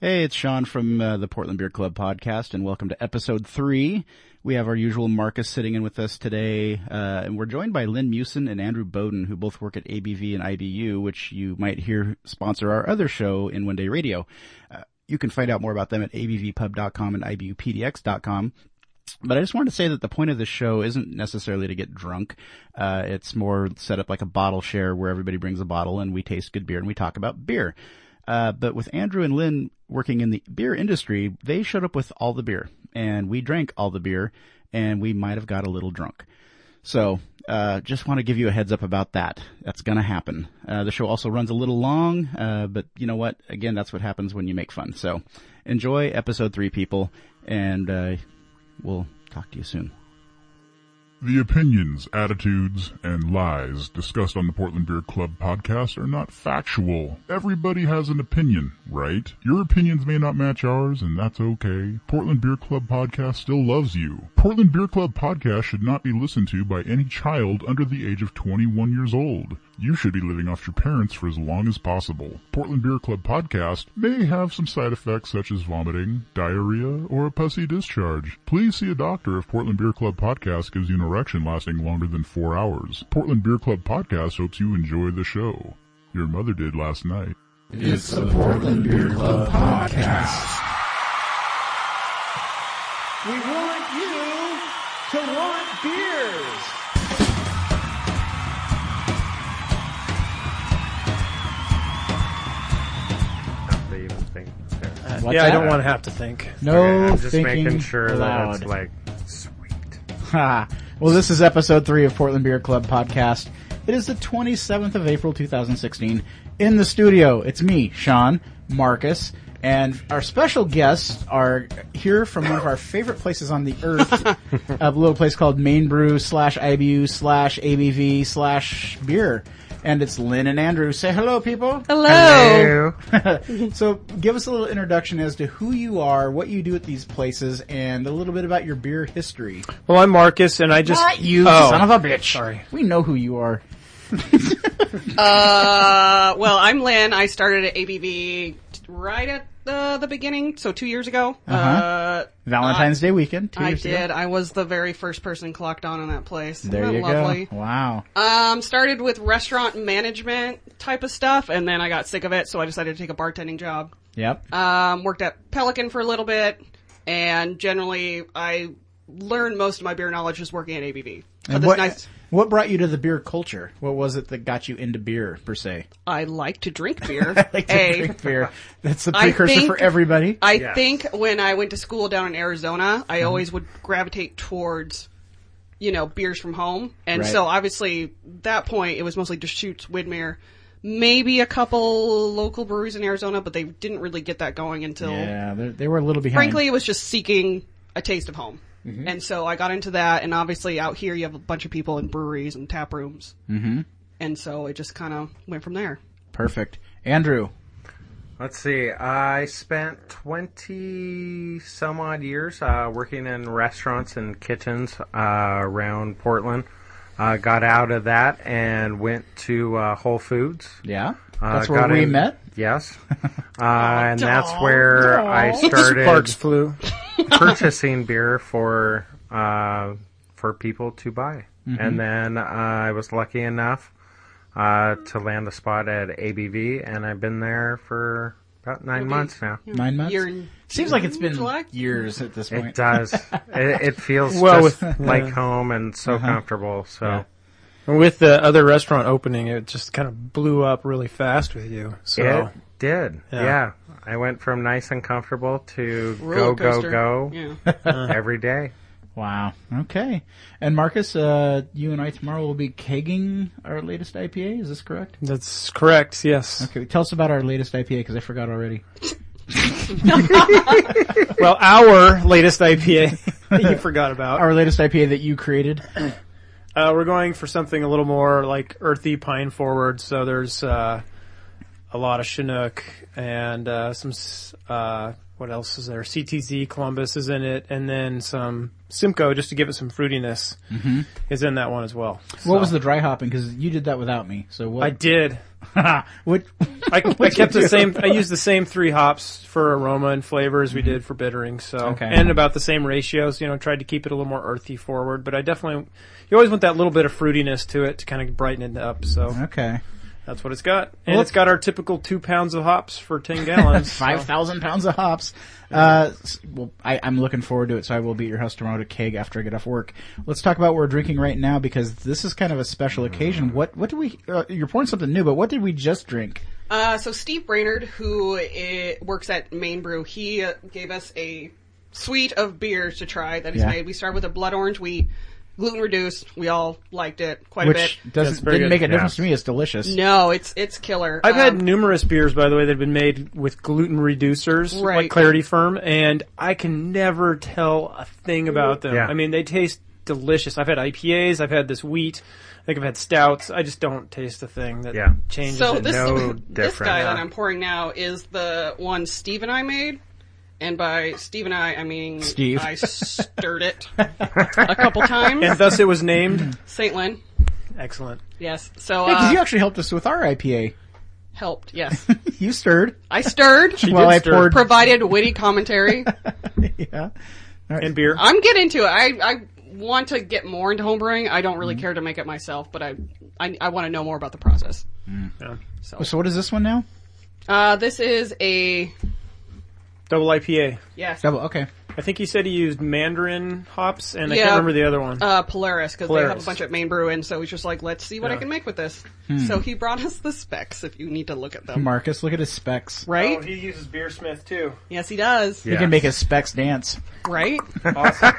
Hey, it's Sean from uh, the Portland Beer Club podcast, and welcome to episode three. We have our usual Marcus sitting in with us today, uh, and we're joined by Lynn Musin and Andrew Bowden, who both work at ABV and IBU, which you might hear sponsor our other show in One Day Radio. Uh, you can find out more about them at abvpub.com and ibupdx.com. But I just wanted to say that the point of this show isn't necessarily to get drunk. Uh, it's more set up like a bottle share where everybody brings a bottle and we taste good beer and we talk about beer. Uh, but with Andrew and Lynn working in the beer industry, they showed up with all the beer and we drank all the beer and we might have got a little drunk. So, uh, just want to give you a heads up about that. That's gonna happen. Uh, the show also runs a little long, uh, but you know what? Again, that's what happens when you make fun. So, enjoy episode three, people, and, uh, we'll talk to you soon. The opinions, attitudes, and lies discussed on the Portland Beer Club podcast are not factual. Everybody has an opinion, right? Your opinions may not match ours, and that's okay. Portland Beer Club podcast still loves you. Portland Beer Club podcast should not be listened to by any child under the age of 21 years old. You should be living off your parents for as long as possible. Portland Beer Club podcast may have some side effects such as vomiting, diarrhea, or a pussy discharge. Please see a doctor if Portland Beer Club podcast gives you an erection lasting longer than four hours. Portland Beer Club podcast hopes you enjoy the show. Your mother did last night. It's the Portland Beer Club podcast. We want you to want beers. have to even think. What's yeah, I don't that? want to have to think. No Okay, I'm just thinking making sure aloud. that it's like sweet. Ha! Well, this is episode three of Portland Beer Club podcast. It is the 27th of April, 2016. In the studio, it's me, Sean, Marcus, and our special guests are here from one of our favorite places on the earth, a little place called Main Brew slash IBU slash ABV slash beer. And it's Lynn and Andrew. Say hello, people. Oh. Hello. so give us a little introduction as to who you are, what you do at these places, and a little bit about your beer history. Well, I'm Marcus, and I just Not you, Oh, son of a bitch. Sorry. We know who you are. Uh, well, I'm Lynn. I started at ABV t- right at the, the beginning, so two years ago. uh Valentine's Day weekend. Uh-huh. Two I years did. Ago. I was the very first person clocked on in that place. Isn't There that you lovely? go. Wow. Um, started with restaurant management type of stuff, and then I got sick of it, so I decided to take a bartending job. Yep. Um, worked at Pelican for a little bit, and generally I learned most of my beer knowledge just working at ABV. So And this what, nice- what brought you to the beer culture? What was it that got you into beer per se? I like to drink beer. Like to A. drink beer. That's the I precursor think- for everybody. Mm-hmm. I think when I went to school down in Arizona, I always would gravitate towards, you know, beers from home. And Right. so obviously that point it was mostly Deschutes, Widmer, maybe a couple local breweries in Arizona, but they didn't really get that going until yeah, they- they were a little behind. frankly it was just seeking a taste of home. Mm-hmm. And so I got into that and obviously out here you have a bunch of people in breweries and tap rooms. Mm-hmm. And so it just kind of went from there. perfect. Andrew, Let's see. I spent twenty some odd years uh, working in restaurants and kitchens uh, around Portland. Uh, got out of that and went to uh, Whole Foods. yeah, Uh, that's where got we in- met. Yes, uh, and that's where I started. Sparks flew. purchasing beer for uh, for people to buy, Mm-hmm. and then uh, I was lucky enough uh, to land a spot at ABV, and I've been there for about nine months now. Nine months. Year and- Seems like it's been July? years at this It point. does. it, it feels Well, just with- like home and so Uh-huh. comfortable. So With the other restaurant opening, it just kind of blew up really fast with you. So it did. Yeah. Yeah. I went from nice and comfortable to go Roller go coaster. go Yeah. Uh-huh. every day. Wow. Okay. And Marcus, uh, you and I tomorrow will be kegging our latest IPA. Is this correct? that's correct. Yes. Okay. Tell us about our latest IPA because I forgot already. Well, our latest IPA that you forgot about. Our latest IPA that you created. Uh, we're going for something a little more like earthy, pine forward. So there's uh, a lot of Chinook and uh, some. s- Uh, what else is there? CTZ Columbus is in it, and then some Simcoe just to give it some fruitiness is in that one as well. What was the dry hopping? Because you did that without me. So what? I did. What? I, I kept the same. I used the same three hops for aroma and flavor as we did for bittering. So Okay. and about the same ratios. You know, tried to keep it a little more earthy forward, but I definitely you always want that little bit of fruitiness to it to kind of brighten it up. So Okay. that's what it's got, and Well, it's got our typical two pounds of hops for ten gallons. so- Five thousand pounds of hops. Uh, s- well, I, I'm looking forward to it, so I will be at your house tomorrow to keg after I get off work. Let's talk about what we're drinking right now because this is kind of a special occasion. What what did we? Uh, you're pouring something new, but what did we just drink? Uh, so Steve Brainerd, who i works at Main Brew, he uh, gave us a suite of beers to try that he's Yeah. made. We started with a blood orange wheat, gluten reduced. We all liked it quite a bit. Which doesn't That's very didn't good. make a Yeah. difference to me. It's delicious. No, it's it's killer. I've Um, had numerous beers, by the way, that have been made with gluten reducers, like Right. Clarity Firm, and I can never tell a thing about them. Yeah. I mean, they taste delicious. I've had IPAs, I've had this wheat, I think I've had stouts. I just don't taste a thing that Yeah. changes so it. this no this different, guy yeah. that I'm pouring now is the one Steve and I made. And by Steve and I, I mean Steve. I stirred it a couple times. and thus it was named. St. Lynn, Excellent. yes. So Hey, 'cause uh, you actually helped us with our IPA. helped, yes. You stirred I stirred, while did I stir. poured. provided witty commentary. yeah. And beer. I'm getting into it. I, I want to get more into homebrewing. I don't really care to make it myself, but I I, I want to know more about the process. Yeah. So what is this one now? Uh, this is a Double IPA. yes, Double. Okay. I think he said he used Mandarin hops, and I Yeah. can't remember the other one. uh, Polaris because they have Polaris. a bunch of main brew, and so he's just like, let's see what I can make with this. So he brought us the specs. If you need to look at them, Marcus, look at his specs. right? Oh, he uses Beersmith too. yes, he does. He Yeah. can make his specs dance. Right? Awesome.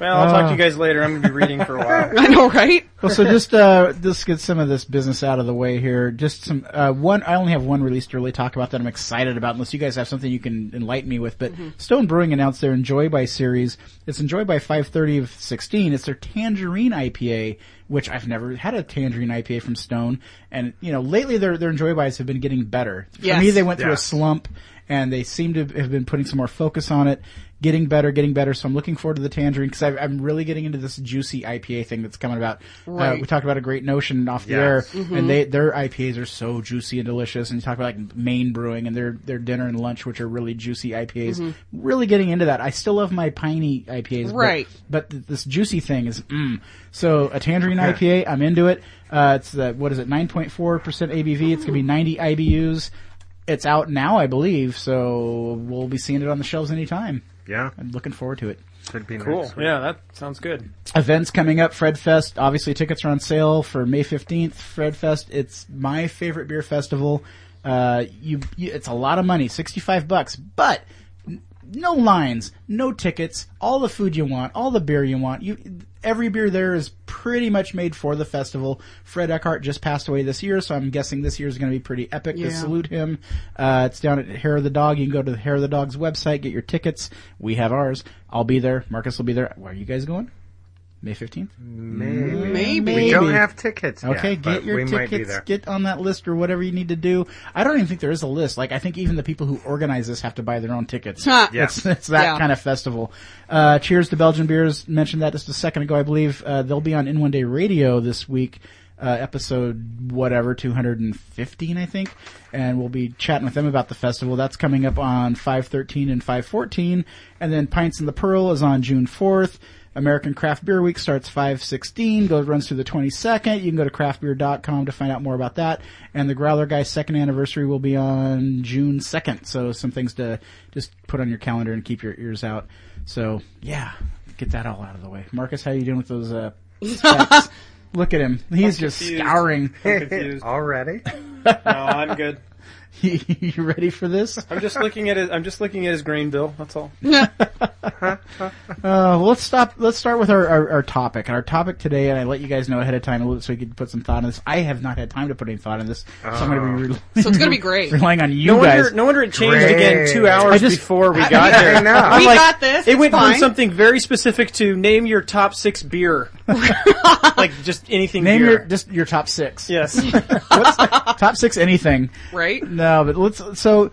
well, I'll talk to you Uh. guys later. I'm going to be reading for a while. I know, right? Well, so just uh, let's get some of this business out of the way here. Just some uh, one. I only have one release to really talk about that I'm excited about. Unless you guys have something you can enlighten me with, but Stone Brewing announced their Enjoy by series. It's Enjoy by 5:30 of 16. It's their Tangerine IPA, which I've never had a Tangerine IPA from Stone. And you know, lately their their Enjoy bys have been getting better. For Yes. me, they went through a Yeah. slump, and they seem to have been putting some more focus on it. Getting better, getting better. So I'm looking forward to the tangerine because I'm really getting into this juicy IPA thing that's coming about. Uh, Right. we talked about a great notion off the Yes. air, and they their IPAs are so juicy and delicious. And you talk about like Maine Brewing and their their dinner and lunch, which are really juicy IPAs. Really getting into that. I still love my piney IPAs, but- Right. But, th- this juicy thing is, mm. so a tangerine IPA, I'm into it. Uh, it's the what is it, 9.4 percent ABV. It's gonna be 90 IBUs. It's out now, I believe. So we'll be seeing it on the shelves anytime. Yeah. I'm looking forward to it. Should be Cool. Next week. Yeah, that sounds good. events coming up. Fred Fest, obviously tickets are on sale for May 15th. Fred Fest, it's my favorite beer festival. Uh, you, you it's a lot of money, 65 bucks, but n- no lines, no tickets, all the food you want, all the beer you want. You, every beer there is pretty much made for the festival. Fred Eckhart just passed away this year, so I'm guessing this year is going to be pretty epic. They Yeah. salute him. Uh, it's down at Hair of the Dog. You can go to the Hair of the Dog's website, get your tickets. We have ours. I'll be there. Marcus will be there. Where are you guys going? May 15th? Maybe. Maybe. We don't Maybe. have tickets. yet, Okay, but get your we might be tickets, there. get on that list or whatever you need to do. I don't even think there is a list. Like, I think even the people who organize this have to buy their own tickets. Huh. It's, it's that Yeah. kind of festival. Uh, cheers to Belgian beers. Mentioned that just a second ago, I believe. Uh, they'll be on In One Day Radio this week, uh, episode whatever, 215, I think. And we'll be chatting with them about the festival. That's coming up on 513 and 514. And then Pints and the Pearl is on June 4th. American Craft Beer Week starts 516, goes, runs through the 22nd. You can go to craftbeer.com to find out more about that. And the Growler Guy's second anniversary will be on June 2nd. So some things to just put on your calendar and keep your ears out. So yeah, get that all out of the way. Marcus, how you doing with those, uh, specs? Look at him. He's just confused. scouring. Confused. Already? No, I'm good. you ready for this? I'm just looking at his. I'm just looking at his grain bill. That's all. Uh, well, let's stop. Let's start with our, our, our topic. And our topic today, and I let you guys know ahead of time a little- so we could put some thought on this. I have not had time to put any thought on this, so I'm going to be re- So it's gonna be great. relying on you Oh. No guys. wonder. No wonder it changed Great. again two I hours just- before we I- got there. I know. I'm We got this, It it's went from fine. something very specific to name your top six beer, like just anything. Name beer. your just your top six. yes. What's the- top six anything. Right? No, but let's so.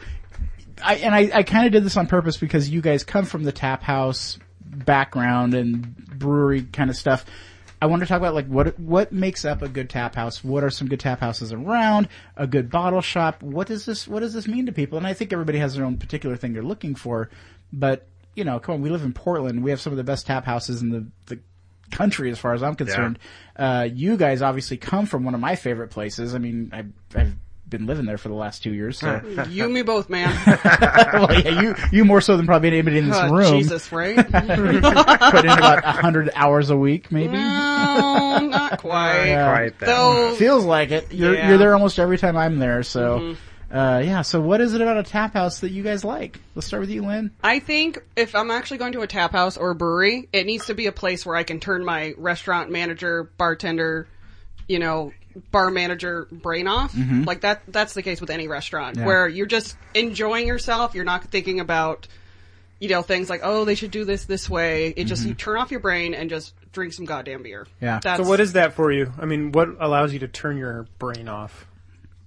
I and I, I kind of did this on purpose because you guys come from the tap house background and brewery kind of stuff. I want to talk about like what what makes up a good tap house. What are some good tap houses around? A good bottle shop. What does this What does this mean to people? And I think everybody has their own particular thing they're looking for. But you know, come on, we live in Portland. We have some of the best tap houses in the the country, as far as I'm concerned. Uh, you guys obviously come from one of my favorite places. I mean, I, I've been living there for the last two years, so You and me both, man. well, yeah, you you more so than probably anybody in this Uh, room. Jesus, right? Put in about hundred hours a week, maybe. Mm. no, not quite. Quite that. Though Feels like it. You're Yeah. Mm-hmm. you're there almost every time I'm there. So, uh, yeah. So, what is it about a tap house that you guys like? Let's start with you, Lynn. I think if I'm actually going to a tap house or a brewery, it needs to be a place where I can turn my restaurant manager, bartender, you know, bar manager brain off. Like that that's the case with any restaurant where you're just enjoying yourself, you're not thinking about you know things like, "Oh, they should do this this way." It just you turn off your brain and just drink some goddamn beer. Yeah. That's So what is that for you? I mean, what allows you to turn your brain off?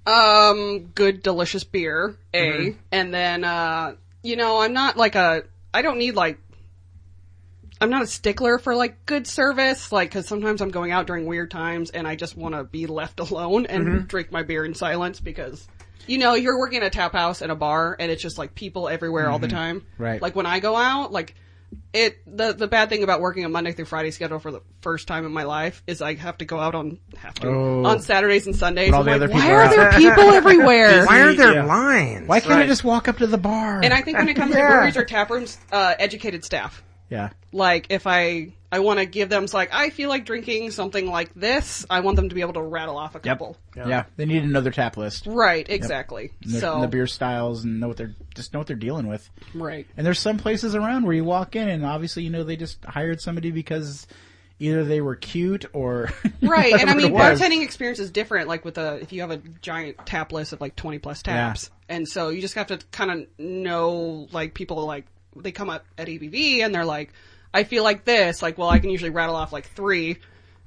um good delicious beer a Mm-hmm. and then uh you know i'm not like a i don't need like i'm not a stickler for like good service like because sometimes i'm going out during weird times and i just want to be left alone and Mm-hmm. drink my beer in silence because you know you're working at a tap house and a bar and it's just like people everywhere all the time Mm-hmm. Right. like when i go out like it the the bad thing about working a Monday through Friday schedule for the first time in my life is I have to go out on have to Oh. on Saturdays and Sundays. all I'm the like, other people Why are are out." there people everywhere? Why are there Yeah. lines? Why can't I just walk up to the bar? and I think when it comes to breweries or tap rooms, uh, educated staff. yeah. Like if I I want to give them it's like I feel like drinking something like this, I want them to be able to rattle off a couple. yeah. They need another tap list. And Right, exactly. the, So and the beer styles and know what they're just know what they're dealing with. right. And there's some places around where you walk in and obviously you know they just hired somebody because either they were cute or Right, and I whatever it mean, was. bartending experience is different. Like with a, if you have a giant tap list of like twenty plus taps, and so you just have to kind of know like people like they come up at ABV and they're like, I feel like this. Like, well, I can usually rattle off like three,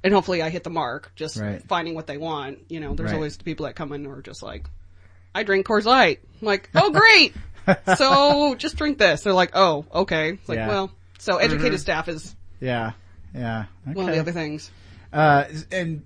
and hopefully I hit the mark. Just Right. finding what they want. You know, there's Right. always the people that come in who are just like, I drink Coors Light. I'm like, oh great, so just drink this. They're like, oh okay. It's like Yeah. well, so educated staff is Yeah. Yeah. Okay. one of the other things. Uh, and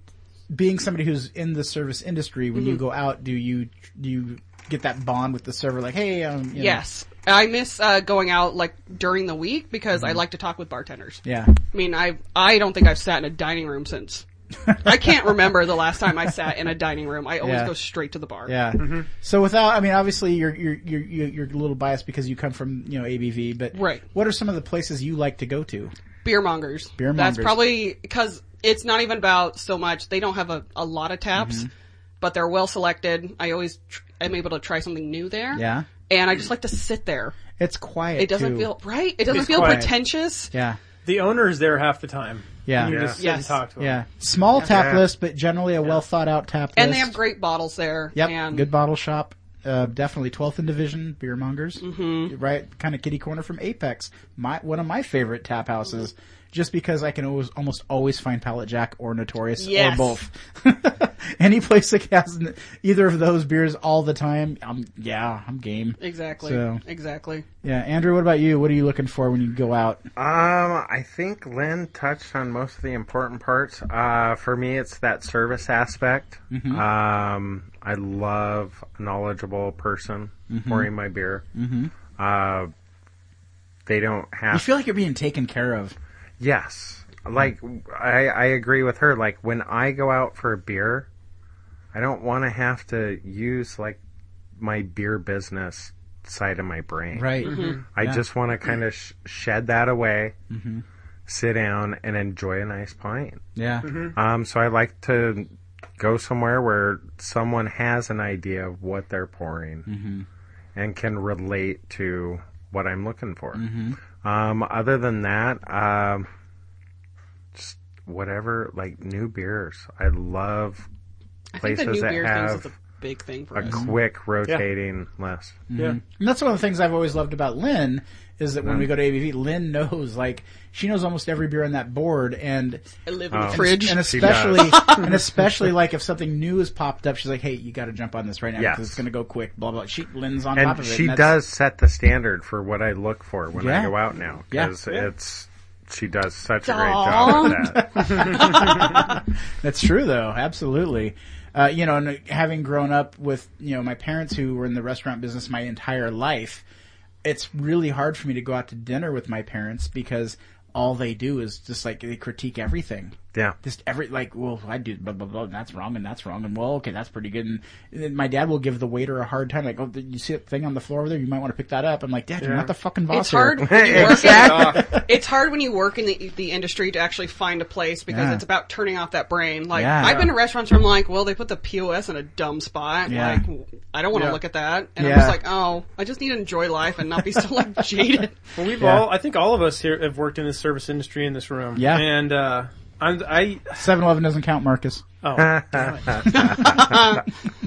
being somebody who's in the service industry, when you Mm-hmm. go out, do you do you get that bond with the server? Like, hey, um, you know. Yes. I miss uh, going out like during the week because I like to talk with bartenders. Mm-hmm. yeah, I mean, I I don't think I've sat in a dining room since. I can't remember the last time I sat in a dining room. I always Yeah. go straight to the bar. yeah. So without, I mean, obviously you're you're you're you're you're a little biased because you come from you know ABV, but Right. What are some of the places you like to go to? Beer mongers. Beer That's mongers. probably because it's not even about so much. They don't have a, a lot of taps, Mm-hmm. but they're well selected. I always tr- am able to try something new there. Yeah. And I just like to sit there. It's quiet. It doesn't too. feel right. It doesn't It's feel quiet. pretentious. Yeah, The owner is there half the time. yeah, You yeah. just sit and Yes. talk to him. Small tap Yeah. list, but generally a well thought out tap list. And they have great bottles there. Yep, And good bottle shop. Uh, definitely 12th in division beer mongers, mm-hmm. right? Kind of kitty corner from Apex. My, one of my favorite tap houses just because I can always, almost always find Pallet Jack or Notorious Yes. or both. Any place that has n- either of those beers all the time. I'm, yeah, I'm game. Exactly. So- Exactly. Yeah. Andrew, what about you? What are you looking for when you go out? Um, I think Lynn touched on most of the important parts. Uh, for me, it's that service aspect. Um, I love a knowledgeable person pouring my beer. Mm-hmm. Uh, they don't have. You feel like you're being taken care of. yes, like I, I agree with her. Like when I go out for a beer, I don't want to have to use like my beer business side of my brain. Right. Mm-hmm. I just want to kind of sh- shed that away, sit down, and enjoy a nice pint. Yeah. Um, so I like to go somewhere where someone has an idea of what they're pouring and can relate to what I'm looking for. Um, other than that, um, just whatever, like new beers. I love I think the places new that beer have things is a big thing for a us. quick rotating list. Yeah. And that's one of the things I've always loved about Lynn is that when Mm. we go to ABV, Lynn knows like she knows almost every beer on that board, and I live in Oh. the fridge. and She does. especially and especially like if something new has popped up, she's like, "Hey, you got to jump on this right now Yes. because it's going to go quick." Blah blah. She Lynn's on top and of it. she and that's- does set the standard for what I look for when Yeah. I go out now Yeah. because it's she does such a great Aw. job at that. That's true, though. Absolutely. Uh, you know, and having grown up with you know my parents who were in the restaurant business my entire life, it's really hard for me to go out to dinner with my parents because all they do is just like they critique everything. Yeah. Just every like, well, I do blah blah blah, and that's wrong, and that's wrong, and well, okay, that's pretty good. And, then my dad will give the waiter a hard time, like, oh, did you see that thing on the floor over there? You might want to pick that up. I'm like, Dad, you're not the fucking boss. It's here." hard. When you work Exactly. in, it's hard when you work in the the industry to actually find a place because Yeah. it's about turning off that brain. Like Yeah. I've been to restaurants where I'm like, well, they put the POS in a dumb spot. Yeah. Like I don't want to Yeah. look at that, and Yeah. I'm just like, oh, I just need to enjoy life and not be so like jaded. Well, we've Yeah. all, I think all of us here have worked in the service industry in this room. Yeah. And, uh, I'm, I, 7-Eleven doesn't count, Marcus. oh,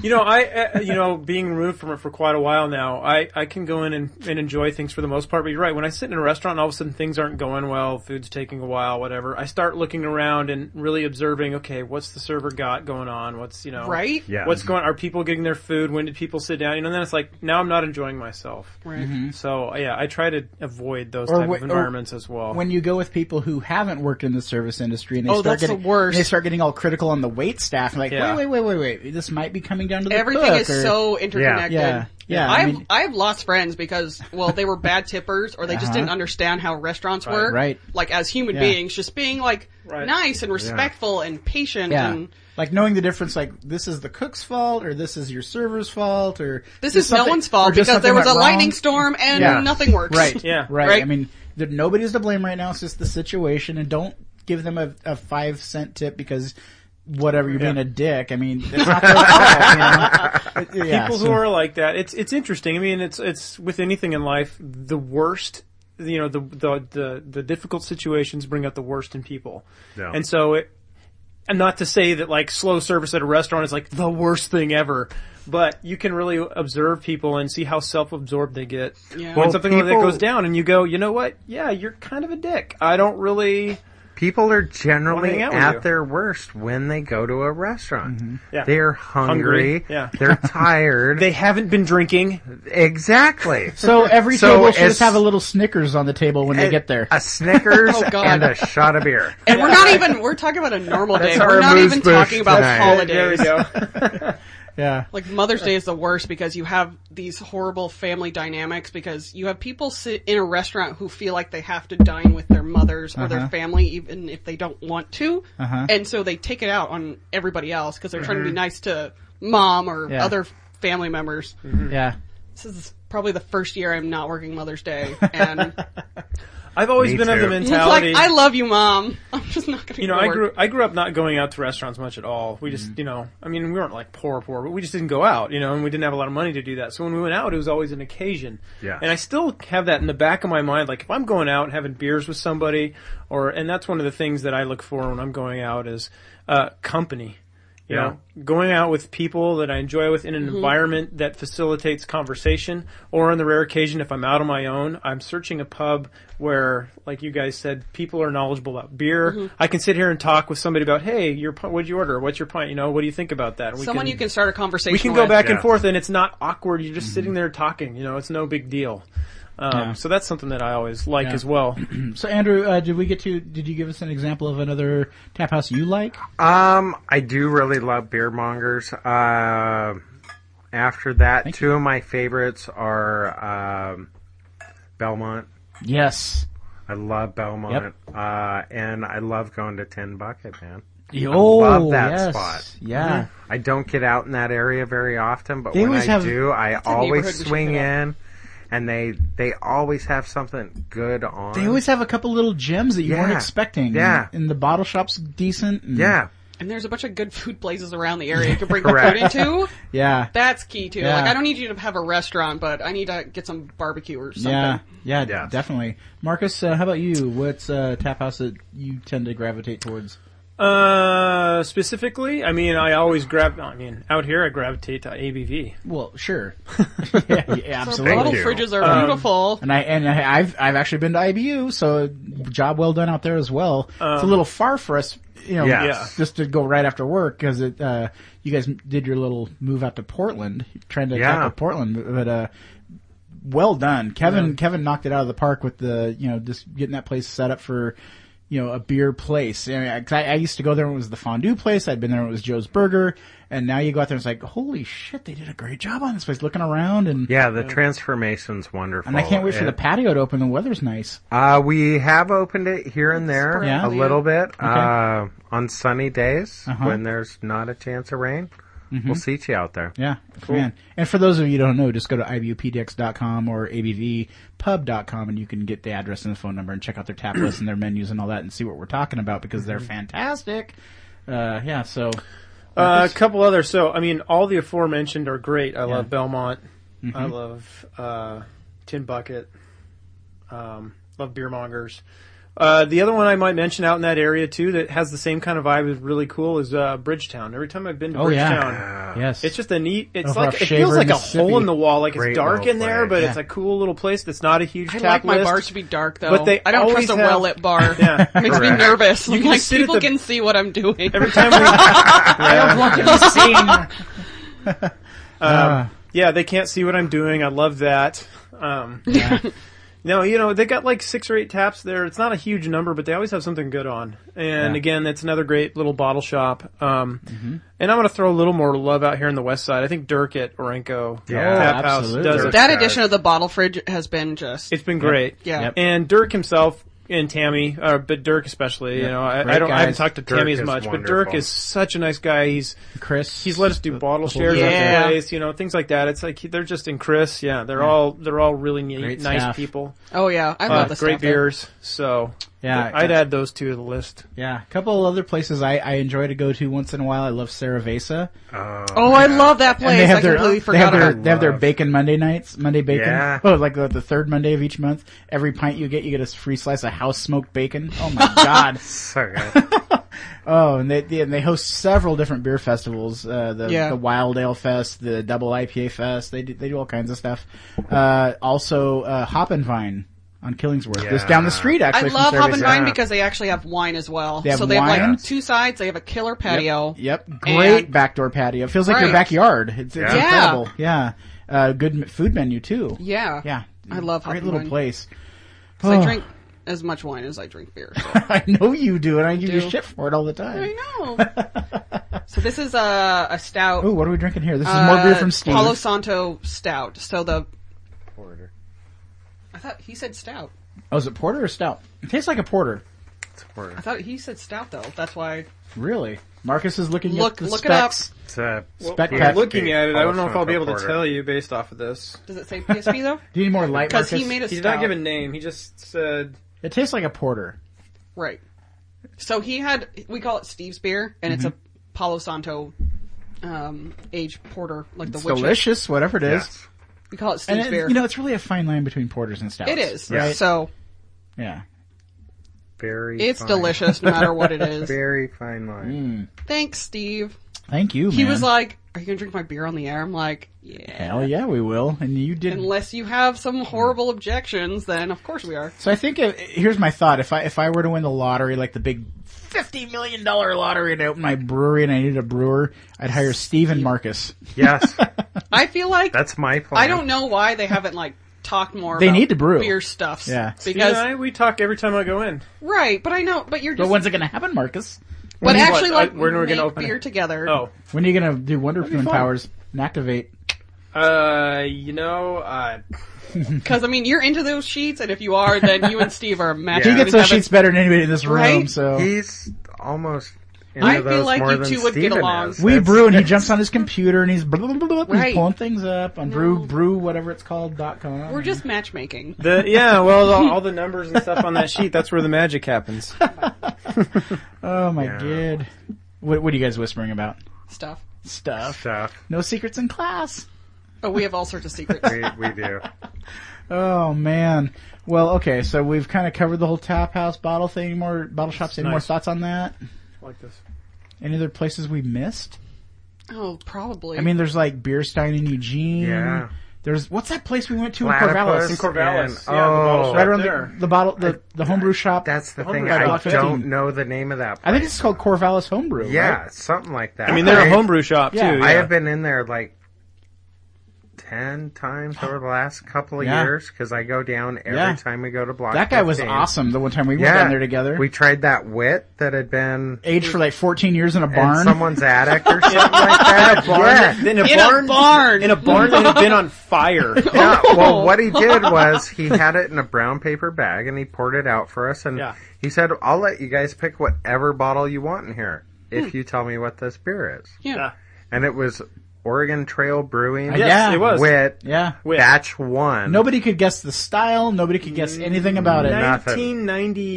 you know, I, uh, you know, being removed from it for quite a while now, I, I can go in and, and enjoy things for the most part, but you're right. When I sit in a restaurant and all of a sudden things aren't going well, food's taking a while, whatever, I start looking around and really observing, okay, what's the server got going on? What's, you know, Right? Yeah. What's going? Are people getting their food? When did people sit down? You know, and then it's like now I'm not enjoying myself. Right. Mm-hmm. So yeah, I try to avoid those Or type wh- of or environments as well. when you go with people who haven't worked in the service industry and they Oh, start that's the getting worst. they start getting all critical on the wait staff like Yeah. wait wait wait wait wait this might be coming down to the Everything cook is or- so interconnected. Yeah. Yeah, I I've mean- I've lost friends because well they were bad tippers or they just didn't understand how restaurants work. Uh-huh. right. Like as human Yeah. beings, just being like Right. nice and respectful and patient yeah and like knowing the difference like this is the cook's fault or this is your server's fault or this just is no something- one's or fault just because there something was a went lightning wrong. storm and Yeah. nothing works. right Yeah. right Right. I mean there, nobody's to blame right now it's just the situation and don't give them a, a five cent tip because whatever you're being a dick I mean it's not their fault you know? Yeah, people so- who are like that, it's it's interesting. I mean, it's it's with anything in life, the worst. You know, the the the, the difficult situations bring out the worst in people. Yeah. And so it, and not to say that like slow service at a restaurant is like the worst thing ever. But you can really observe people and see how self-absorbed they get. Yeah. When Well, something like that people- goes down and you go, you know what? Yeah, you're kind of a dick. I don't really, People are Wanna hang generally out with at you. their worst when they go to a restaurant. Mm-hmm. Yeah. They're hungry. Hungry, yeah. They're tired. they haven't been drinking. exactly. So every So table should as- just have a little Snickers on the table when they get there. A Snickers Oh, God. and a shot of beer. And we're not even we're talking about a normal day. That's We're our not moose even booth talking about tonight. Oh, There we holidays. go. yeah. Like Mother's Day is the worst because you have these horrible family dynamics because you have people sit in a restaurant who feel like they have to dine with their mothers or their family even if they don't want to. And so they take it out on everybody else because they're trying to be nice to mom or Yeah. other family members. Yeah. This is probably the first year I'm not working Mother's Day and I've always Me been of too. the It's mentality. Like, I love you, mom. I'm just not gonna. you know, go I work. grew I grew up not going out to restaurants much at all. We just, you know, I mean, we weren't like poor, poor, but we just didn't go out, you know, and we didn't have a lot of money to do that. So when we went out, it was always an occasion. Yeah. And I still have that in the back of my mind. Like if I'm going out and having beers with somebody, or and that's one of the things that I look for when I'm going out is uh, company. You Yeah. know, going out with people that I enjoy with in an Mm-hmm. environment that facilitates conversation, or on the rare occasion, if I'm out on my own, I'm searching a pub where, like you guys said, people are knowledgeable about beer. Mm-hmm. I can sit here and talk with somebody about, hey, your pi- what'd you order? What's your pint? You know, what do you think about that? And we Someone you can start a conversation. we can go with. back and Yeah. Mm-hmm. forth, and it's not awkward. You're just sitting there talking. You know, it's no big deal. Um, So that's something that I always like as well. So Andrew, uh, did we get to? Did you give us an example of another tap house you like? Um, I do really love beer mongers. Uh, after that, two of my favorites are um, Belmont. Yes. I love Belmont, uh, and I love going to Tin Bucket, man. oh, love that yes. spot. Yeah. I don't get out in that area very often, but They when I always have- do, I neighborhood we always should swing hit up. in, and they they always have something good on. They always have a couple little gems that you Yeah. weren't expecting. Yeah. And the bottle shop's decent. and- yeah, And there's a bunch of good food places around the area you can bring Correct. food into. Yeah. That's key too. Yeah. Like I don't need you to have a restaurant, but I need to get some barbecue or something. Yeah. Yeah. Yeah. Definitely. Marcus, uh, how about you? What's uh, tap house that you tend to gravitate towards? Uh, specifically, I mean, I always grab. I mean, out here, I gravitate to ABV. Well, sure. yeah, yeah, absolutely. Bottle you. fridges Um, are beautiful. And I and I- I've I've actually been to IBU, so job well done out there as well. it's a little far for us, you know, Yes. Yeah. just to go right after work because it. Uh, you guys did your little move out to Portland, trying to Yeah. tackle Portland, but uh, well done. Kevin Kevin knocked it out of the park with the you know just getting that place set up for you know a beer place. I, mean, I, 'cause I- I used to go there when it was the fondue place. I'd been there when it was Joe's Burger, and now you go out there and it's like holy shit, they did a great job on this place. Looking around and Yeah, the transformation's wonderful. and I can't wait for Oh, It- the patio to open. The weather's nice. Uh, we have opened it here and there Yeah. a little bit uh, on sunny days Uh-huh. when there's not a chance of rain. We'll seat you out there. Mm-hmm. Yeah, man. And for those of you who don't know, just go to ibupdx.com or abvpub.com and you can get the address and the phone number and check out their tap list and their menus and all that and see what we're talking about because Mm-hmm. they're fantastic. Uh, yeah, so Uh, a couple others. So, I mean, all the aforementioned are great. I love Belmont. I love uh, Tin Bucket. Um, love Beer Mongers. Uh, the other one I might mention out in that area too that has the same kind of vibe is really cool is uh, Bridgetown. Every time I've been to Oh, yeah. Bridgetown, yes, it's just a neat. It's Over like off it Shaver, feels like a Mississippi. hole in the wall. Like Great it's dark little in there, place. but Yeah. it's a cool little place that's not a huge. I tap like my list. bar to be dark though. But they I don't always trust a have- well lit bar. Yeah. Makes me Correct. nervous. You can like just sit at people the- can see what I'm doing. Every time we, Yeah. Um, yeah, they can't see what I'm doing. I love that. Um, no, you know they got like six or eight taps there. It's not a huge number, but they always have something good on. And Yeah. Mm-hmm. again, it's another great little bottle shop. Um, And I'm going to throw a little more love out here in the west side. I think Dirk at Orenco Yeah. Tap House absolutely. does it. that edition of the bottle fridge has been just It's been great. yeah. Yep. And Dirk himself and Tammy, uh, but Dirk especially. You know, I, Great I don't. I haven't guys. talked to Dirk Tammy as is much, but wonderful. Dirk is such a nice guy. He's Chris. he's let us do bottle shares at Yeah. the place, you know, things like that. It's like they're just in Chris, yeah. They're all they're all really neat, Great nice staff. people, Oh yeah, I uh, love the great stuff there. beers. So Yeah, I'd add those two to the list. yeah. A couple other places I, I enjoy to go to once in a while. I love Cerveza. Oh, I love that And place. they I have their completely they have forgot their about. they have their bacon Monday nights, Monday bacon. Yeah. Oh, like the, the third Monday of each month. Every pint you get, you get a free slice of house smoked bacon. Oh my god. So good. Oh, and they, they and they host several different beer festivals. Uh, the Yeah. the Wild Ale Fest, the Double IPA Fest. They do, they do all kinds of stuff. Uh, also, uh, Hop and Vine on Killingsworth, Yeah. just down the street. I Actually, from love Hop and Cerveza. Vine because they actually have wine as well. They have so they have wine? like two sides. They have a killer patio. Yep, great And- backdoor patio. It feels like your Right. backyard. It's, it's Yeah. Yeah. incredible. Yeah, uh, good m- food menu too. Yeah. Yeah, I love Hop great and little Vine. place. 'Cause Oh. I drink as much wine as I drink beer. so. I know you do, and I give you do. shit for it all the time. I know. so this is uh, a, a stout. Ooh, what are we drinking here? This is more beer uh, from Steve. Palo Santo stout. So the. I thought he said stout. oh, is it porter or stout? It tastes like a porter. I thought he said stout though. That's why. Really? Marcus is looking Look- at the look it up. specs. It's a Spec PSP, pack. Looking at it, I don't know if I'll be able to Porter. tell you based off of this. Does it say PSP though? Do you need more light, Because Marcus? he made a He did stout. not give a name. He just said It tastes like a porter. Right. So he had we call it Steve's beer, and it's a Mm-hmm. Palo Santo um, aged porter, like the It's witch. delicious, whatever it is. Yes. We call it Steve's And it, beer. you know, it's really a fine line between porters and stouts. it is. right? So yeah. Very it's fine. Mm. delicious, no matter what it is. Very fine line. Thanks, Steve. Thank you. He man. was like, "Are you gonna drink my beer on the air?" I'm like, "Yeah." "Hell yeah, we will." And you did. Unless you have some horrible objections, then of course we are. So I think if, here's my thought: if I if I were to win the lottery, like the big fifty million dollar lottery, and I opened my brewery and I needed a brewer, I'd hire Steve and Marcus. Yes, I feel like that's my plan. I don't know why they haven't like talked more. They about need to brew. beer stuffs. Yeah. you and because I, we talk every time I go in. right, but I know, but you're But just when's it going to happen, Marcus? But When you actually, what? like, Uh, when we're make gonna open beer together. Oh. When are you going to do Wonder be Woman fun. powers and activate? Uh you know, uh Because, I mean, you're into those sheets, and if you are, then you and Steve are a match. He He made gets in those heaven. sheets better than anybody in this room. Right? So He's almost. into I feel those like more you than two would get Steven along. is. We That's- brew and he jumps on his computer and he's, blah, blah, blah, blah, he's Right. pulling things up on brew brew whatever it's called dot com. We're just matchmaking. the yeah, well all, all the numbers and stuff on that sheet, that's where the magic happens. oh my god! What, what are you guys whispering about? Stuff. Stuff. stuff. No secrets in class. Oh, we have all sorts of secrets. We, we do. Mm-hmm. Oh man. Well, okay. So we've kind of covered the whole tap house bottle thing. Any more bottle shops? Any more nice. thoughts on that? like this. Any other places we missed? Oh, probably. I mean, there's like Beerstein in Eugene. Yeah. There's what's that place we went to in Platypus Corvallis? In Corvallis, yeah, and- the bottle oh, shop. Right around There. the, the bottle, the, the homebrew shop. That's the Homebrew thing. shop I block don't 15. know the name of that. I Place. think it's called Corvallis Homebrew. yeah, right? something like that. I mean, they're I- a homebrew shop Yeah. too. I I yeah. have been in there like ten times over the last couple of Yeah. years because I go down every Yeah. time we go to Block. That guy was 15. awesome the one time we went down there together. We tried that wit that had been aged for like 14 years in a in barn. someone's attic or something like that. Yeah. in a In a barn, barn. in a barn that had been on fire. Yeah, well, what he did was he had it in a brown paper bag and he poured it out for us. And Yeah. he said, I'll let you guys pick whatever bottle you want in here if Hmm. you tell me what this beer is. uh, Yeah. And it was Oregon Trail Brewing Yes, Yeah. it was. Wit yeah. Wit. Batch 1. Nobody could guess the style. Nobody could guess anything about it. Nah. Nothing.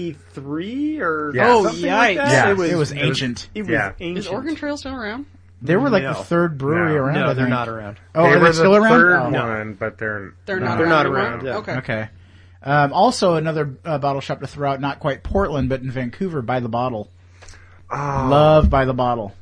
1993 or Yeah. oh, Something yikes! like that. Yeah. It was it was ancient. it was Yeah. ancient. Is Oregon Trail still around? They were like No. the third brewery No. around. I No, they're think. not around. Oh, They are were they still the around? third Oh. one, but they're They're not. No. around not anymore? around, yeah. Okay. Okay. Um, also, another uh, bottle shop to throw out, not quite Portland, but in Vancouver, by the bottle. Oh, Love by the bottle.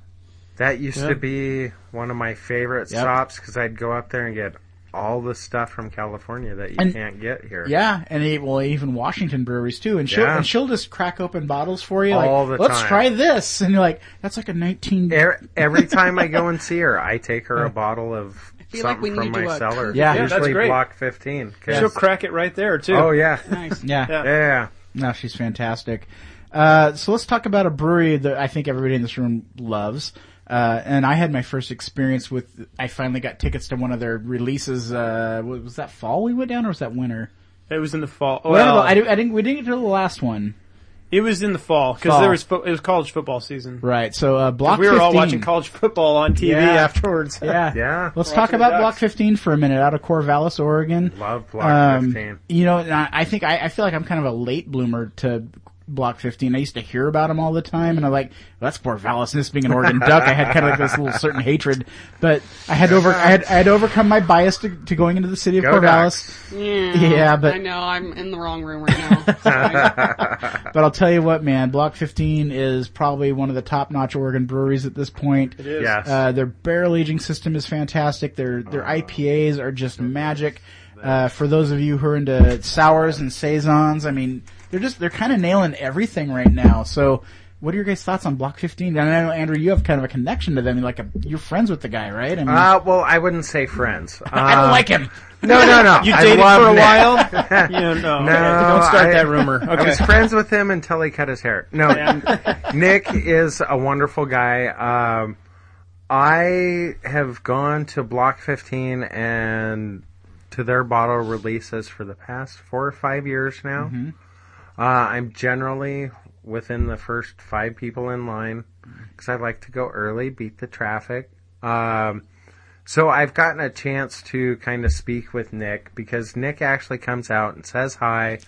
That used to be one of my favorite Yep. stops because I'd go up there and get all the stuff from California that you And- can't get here. Yeah, and he, well, even Washington breweries too. And she'll Yeah. and she'll just crack open bottles for you. All like, the Let's time. try this, and you're like, that's like a 19. E- Every time I go and see her, I take her a bottle of feel something like we from need to uh, do my a cellar. Yeah. Yeah, that's usually great. block 15. 'cause- She'll crack it right there too. oh, yeah. Nice. Yeah. Yeah. Yeah. No, she's fantastic. Uh, so let's talk about a brewery that I think everybody in this room loves. Uh, and I had my first experience with, I finally got tickets to one of their releases, uh, wa- was that fall we went down or was that winter? It was in the fall. Well, Well, I, didn't- I didn't, we didn't get to the last one. it was in the fall because Fall. there was fo- it was college football season. Right. So, uh, Block We were 15. all watching college football on TV Yeah. afterwards. Yeah. Yeah. Let's Watching talk the about Ducks. Block 15 for a minute out of Corvallis, Oregon. Love Block Um, 15. You know, and I I think I, I feel like I'm kind of a late bloomer to Block 15. I used to hear about them all the time, and I'm like, well, that's Corvallis. And this being an Oregon Duck, I had kind of like this little certain hatred, but I had over I had I had overcome my bias to, to going into the city of Go Corvallis. Yeah, Yeah, but- I know I'm in the wrong room right now. Sorry. But I'll tell you what, man, Block 15 is probably one of the top notch Oregon breweries at this point. It is. Yes. Uh, their barrel aging system is fantastic. Their their Oh. IPAs are just magic. Uh, for those of you who are into sours and saisons, I mean, they're just they're kind of nailing everything right now. So, what are your guys' thoughts on Block 15? And I know Andrew, you have kind of a connection to them. You're like a, you're friends with the guy, right? I mean, uh, well, I wouldn't say friends. Uh, I don't like him. No, no, no. You I dated love for a Nick. while. you know, No, don't start I- that rumor. I Okay. was friends with him until he cut his hair. No, Nick is a wonderful guy. Um, I have gone to Block 15 and to their bottle releases for the past four or five years now. Mm-hmm. Uh, I'm generally within the first five people in line because I like to go early, beat the traffic. Um, so I've gotten a chance to kind of speak with Nick because Nick actually comes out and says hi.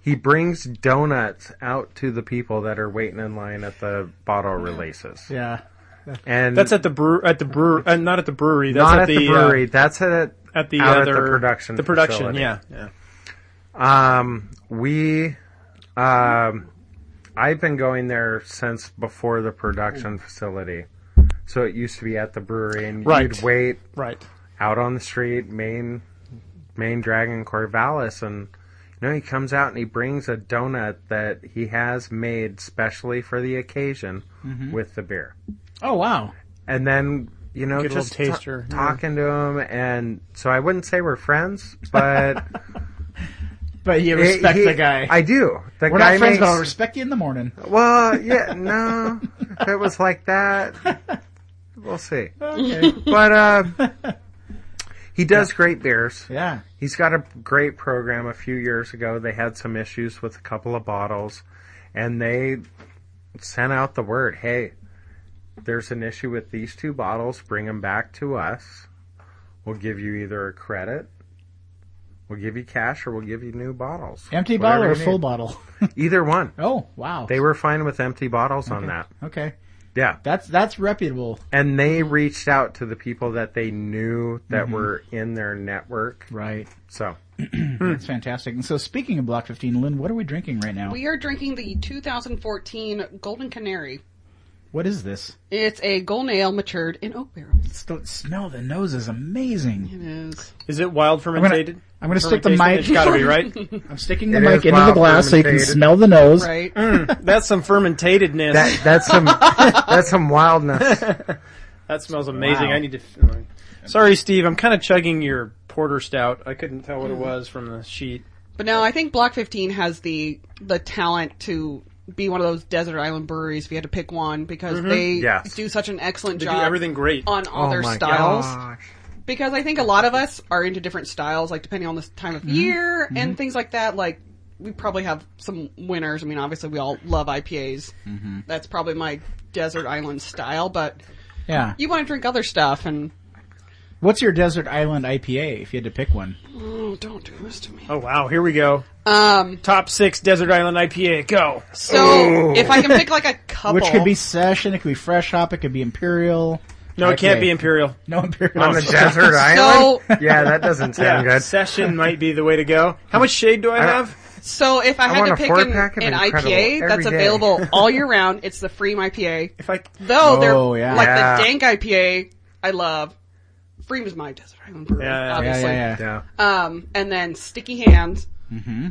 He brings donuts out to the people that are waiting in line at the bottle releases. Yeah. And That's at the brew at the brew uh, not at the uh, brewery. That's not at, at the, brewery. that's at Uh, at the out at the other production The production. facility. Yeah. Yeah. um we um I've been going there since before the production facility. So it used to be at the brewery and Right. you'd wait Right. out on the street, main main dragon Corvallis, and you know he comes out and he brings a donut that he has made specially for the occasion Mm-hmm. with the beer, Oh wow. and then you know Good little just ta- taster, yeah. talking to him, and so I wouldn't say we're friends, but But you respect he- the guy. I do. The We're guy not friends, makes but I'll respect you in the morning. well, yeah, no, if it was like that, we'll see. Okay. But uh, he does great beers. yeah. He's got a great program. A few years ago, they had some issues with a couple of bottles, and they sent out the word, "Hey, there's an issue with these two bottles. Bring them back to us. We'll give you either a credit, we'll give you cash, or we'll give you new bottles. Empty Whatever bottle or you full need. bottle? Either one. Oh, wow. They were fine with empty bottles on that. okay. Yeah, That's that's reputable. and they reached out to the people that they knew that Mm-hmm. were in their network. Right. So Hmm. That's fantastic. And so speaking of Block 15, Lynn, what are we drinking right now? we are drinking the 2014 Golden Canary. what is this? It's a golden ale matured in oak barrels. Still, smell of the nose is amazing. It is. Is it wild fermented? I'm gonna stick the Fermentation? mic- It's got to be right. I'm sticking the It mic is into the wild glass so you can fermented. smell the nose. Right. Mm. That's some fermentatedness. that that's some that's some wildness. That smells amazing. Wow. I need to. Sorry, Steve. I'm kind of chugging your porter stout. I couldn't tell what it was from the sheet. But no, I think Block 15 has the the talent to be one of those desert island breweries if you had to pick one because they Mm-hmm. Yes. do such an excellent They do job everything great. on all Oh their my styles. gosh. Because I think a lot of us are into different styles, like depending on the time of year and things like that. Like we probably have some winners. I mean, obviously we all love IPAs. That's probably my desert island style, but Yeah. you want to drink other stuff and What's your desert island IPA if you had to pick one? oh, don't do this to me. Oh wow, here we go. Um, Top six desert island IPA. Go. so if I can pick like a couple, Which could be session, it could be fresh hop, it could be imperial. No, it can't IPA. be imperial. No imperial. On a desert so island? Yeah, that doesn't sound Yeah, good. session might be the way to go. How much shade do I have? So if I had want to a pick four an, pack of an Incredible IPA every that's day. available all year round, it's the Freem IPA. If I Though Oh, they're yeah. like Yeah. the Dank IPA, I love. Freem is my desert island brewery, Yeah, yeah, yeah, obviously. yeah, yeah. Yeah. Um, and then Sticky Hands. Mm-hmm.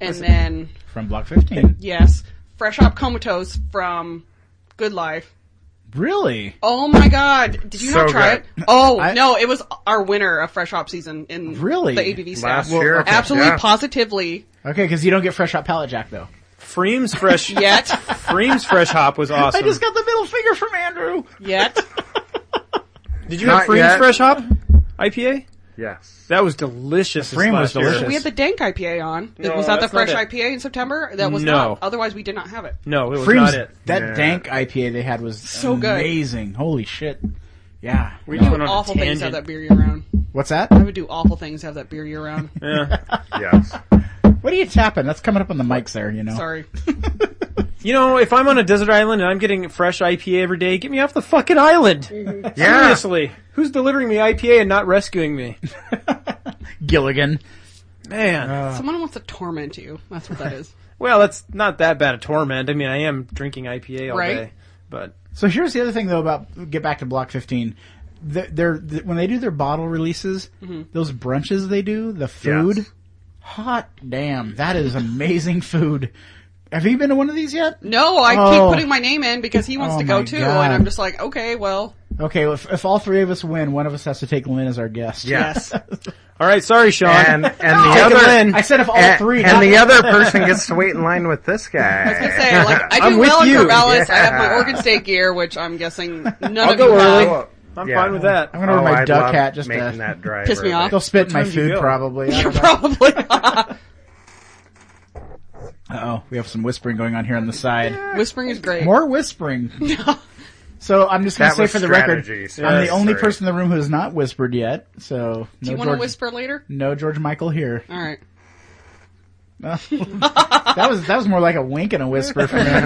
And then From Block 15. yes, Fresh Hop Comatose from Good Life. Really? Oh my god! Did you not So try good. it? Oh I- no! It was our winner of Fresh Hop season in Really? the ABV staff. Last year. Absolutely, Yeah. positively. Okay, because you don't get fresh hop palate jack though. Freem's fresh Yet, Freem's fresh hop was I awesome. just got the middle finger from Andrew. yet. Did you Not have Freem's yet. fresh hop IPA? Yes. That was delicious. The Freem was this last year. delicious. We had the Dank IPA on. No, was that the that's not fresh it. IPA in September? That was No. not. Otherwise, we did not have it. No, it was Freem's- not it. That Yeah. dank IPA they had was so So good. amazing. Holy shit. Yeah. We just went on Awful a tangent. things to have that beer year round. What's that? I would do awful things to have that beer year round. Yeah. Yes. What are you tapping? That's coming up on the mics there, you know. Sorry. You know, if I'm on a desert island and I'm getting fresh IPA every day, get me off the fucking Mm-hmm. island. Yeah. Seriously, who's delivering me IPA and not rescuing me? Gilligan. Man, Uh. Someone wants to torment you. That's what that is. well, that's not that bad a torment. I mean, I am drinking IPA all Right. day, but So here's the other thing though about get back to Block 15. Th- They're, th- when they do their bottle releases, Mm-hmm. those brunches they do, the food, Yes. hot damn, that is amazing food. Have you been to one of these yet? No, I Oh. keep putting my name in because he wants Oh to go my too, God. and I'm just like, okay, well, Okay, if, if all three of us win, one of us has to take Lynn as our guest. Yes. all right, sorry, Sean. And and the Take him other in. I said if all and, three. and not- the other person gets to wait in line with this I was guy. gonna say like I I'm do with well in you. Corvallis. I have my Yeah. Oregon State gear, which I'm guessing none of go you early. have. I'm Yeah. fine with that. I'm gonna wear Oh, my I'd duck Oh, love hat just making to. that drive. Piss me early. off. They'll spit in my time do you food go? probably. You're probably not. Uh oh, we have some whispering going on here on the side. whispering is great. More whispering. So I'm just gonna That say was for the record, strategy, so I'm the that's only great. person in the room who has not whispered yet. So no do you want to George, whisper later? no George Michael here. All right. That was that was more like a wink and a whisper for me. oh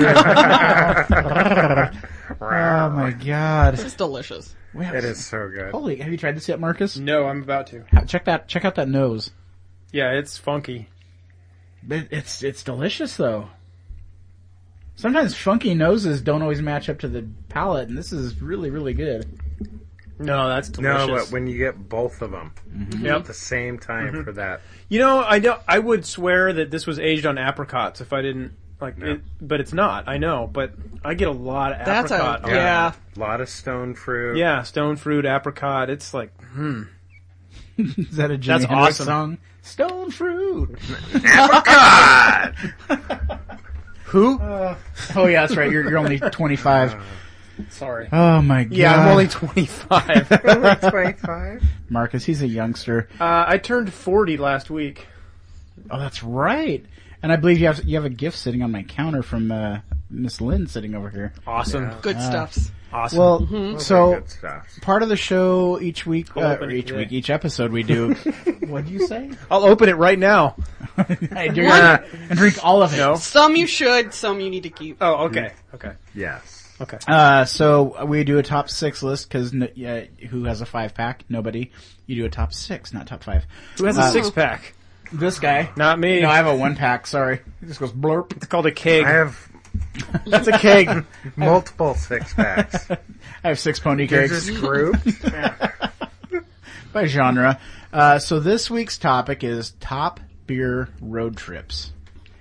my god, It's delicious. We have- It is so good. Holy, have you tried this yet, Marcus? No, I'm about to. Check that. Check out that nose. Yeah, it's funky. It- it's it's delicious though. Sometimes funky noses don't always match up to the palate, and this is really really good. No, that's No, delicious. but when you get both of them Mm-hmm. at the same time for that, You know, I don't. I would swear that this was aged on apricots if I didn't like it, but it's not. I know, but I get a lot of That's apricot. a on it. yeah. a lot of stone fruit. yeah, stone fruit, apricot. It's like Is that a Jimi That's Hendrix awesome. song? Stone fruit. who? Oh yeah, that's right. You're you're only 25. Sorry. Oh my god. Yeah, I'm only 25. uh, twenty-five. Marcus. He's a youngster. I turned 40 last week. Oh, that's right. And I believe you have you have a gift sitting on my counter from uh, Miss Lynn sitting over here. Awesome. Good stuffs. Awesome. Well, Mm-hmm. so good stuff. part of the show each week, uh, open or it each today. week, each episode we do. what do you say? I'll open it right now. Hey, you're gonna- and drink all of it. No. Some you should, some you need to keep. Oh, okay. Okay. Yes. Uh, so we do a top six list because n- yeah, who has a five pack? Nobody. You do a top six, not top five. Who has a six pack? This guy. Not me. No, I have a one pack. Sorry. He just goes blurp. it's called a keg. I have That's a keg. multiple six packs. I have six pony They're cakes just grouped. by genre. Uh, so this week's topic is top beer road trips.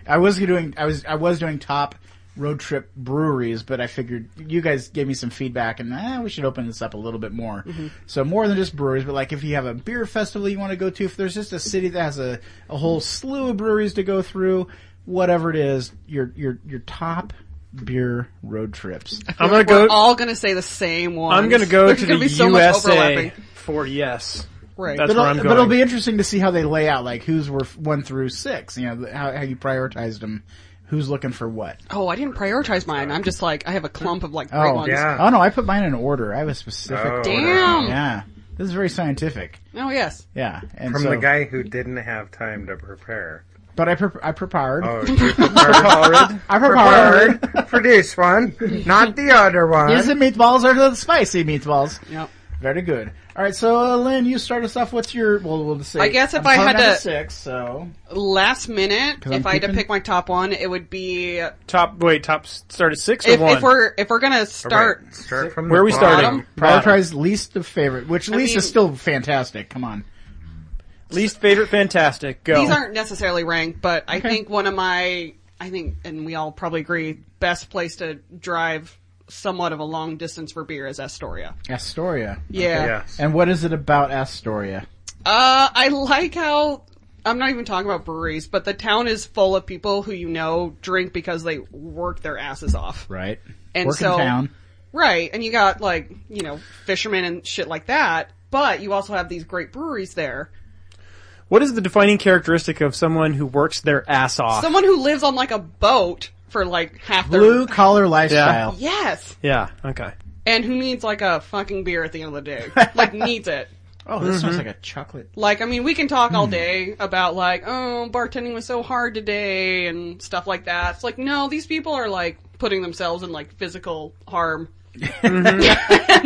I was doing, I was, I was doing top road trip breweries, but I figured you guys gave me some feedback and ah, we should open this up a little bit more. So more than just breweries, but like if you have a beer festival you want to go to, if there's just a city that has a, a whole slew of breweries to go through, whatever it is, your your your top beer road trips. I'm gonna go. We're all gonna say the same one. I'm gonna go There's to gonna the be so much USA overlapping. for yes. Right. That's But where I'm it'll, going. but it'll be interesting to see how they lay out, like who's were f- one through six. You know the- how, how you prioritized them, who's looking for what. Oh, I didn't prioritize mine. I'm just like I have a clump of like great Oh, ones. yeah. Oh no, I put mine in order. I was specific. Oh, Damn. Yeah, this is very scientific. Oh yes. Yeah, and From so, the guy who didn't have time to prepare. but I pre- I prepared. Oh, you prepared, I prepared. prepared for this one, not the other one. Is it meatballs or the spicy meatballs? Yep. Very good. All right, so uh, Lynn, you start us off. What's your? Well, we'll just say. I guess if I'm I calling had down to- six, so Last minute, if I'm I had to keeping- pick my top one, it would be if, top. Wait, top s- start at six or one. if we're if we're gonna start. Right, start from Where the are we bottom. starting? Bottom. prioritize least of favorite, which least mean- is still fantastic. Come on. Least favorite, fantastic. Go. These aren't necessarily ranked, but I think one of my I think, and we all probably agree, best place to drive somewhat of a long distance for beer is Astoria. Astoria. Yeah. Yes. And what is it about Astoria? Uh, I like how I'm not even talking about breweries, but the town is full of people who you know drink because they work their asses off. Right. And Working so- town. Right, and you got like, you know, fishermen and shit like that, but you also have these great breweries there. What is the defining characteristic of someone who works their ass off? Someone who lives on like a boat for like half their Blue collar lifestyle. Yes. yeah. Okay. And who needs like a fucking beer at the end of the day? Like needs it. Oh, this sounds like a chocolate. Like, I mean, we can talk all day about like, oh, bartending was so hard today and stuff like that. It's like, no, these people are like putting themselves in like physical harm. and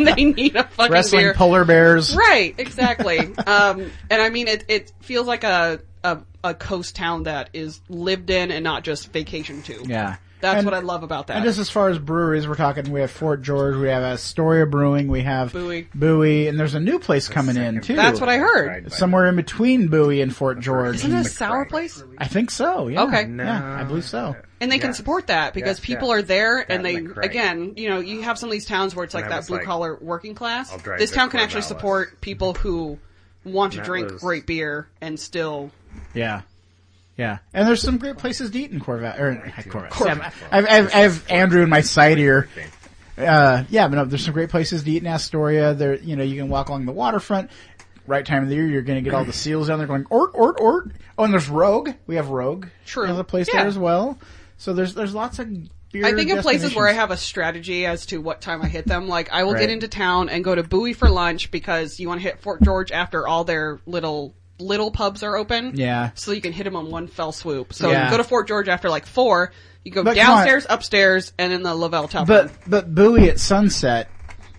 they need a fucking Wrestling beer. polar bears. Right, exactly. um, and I mean, it, it feels like a, a, a coast town that is lived in and not just vacation to. Yeah. That's And- what I love about that. And just as far as breweries, we're talking, we have Fort George, we have Astoria Brewing, we have Bowie. Bowie, and there's a new place coming in too. That's what I heard. Somewhere in between Bowie and Fort George. Isn't it a sour place? I think so, yeah. Okay. No. Yeah, I believe so. And they can support that because Yes, people yes. are there That and they, look right. again, you know, you have some of these towns where it's like I that was blue like, collar working class. drive This to town can actually Corvallis. support people who want to That drink was- great beer and still. Yeah. Yeah. And there's some great places to eat in Corvette, or Corvette. I've, I've, I've Andrew in my side ear. Uh, yeah, but no, there's some great places to eat in Astoria. There, you know, you can walk along the waterfront. Right time of the year, you're going to get all the seals down there going ort ort ort. Oh, and there's Rogue. We have Rogue. True. Another place Yeah. there as well. So there's there's lots of beer. I think in places where I destinations. have a strategy as to what time I hit them, like I will Right. get into town and go to Bowie for lunch because you want to hit Fort George after all their little, little pubs are open. Yeah. So you can hit them on one fell swoop. So Yeah. you go to Fort George after like four, you go But come on. downstairs, upstairs, and in the Lavelle Tavern. But but Bowie at sunset,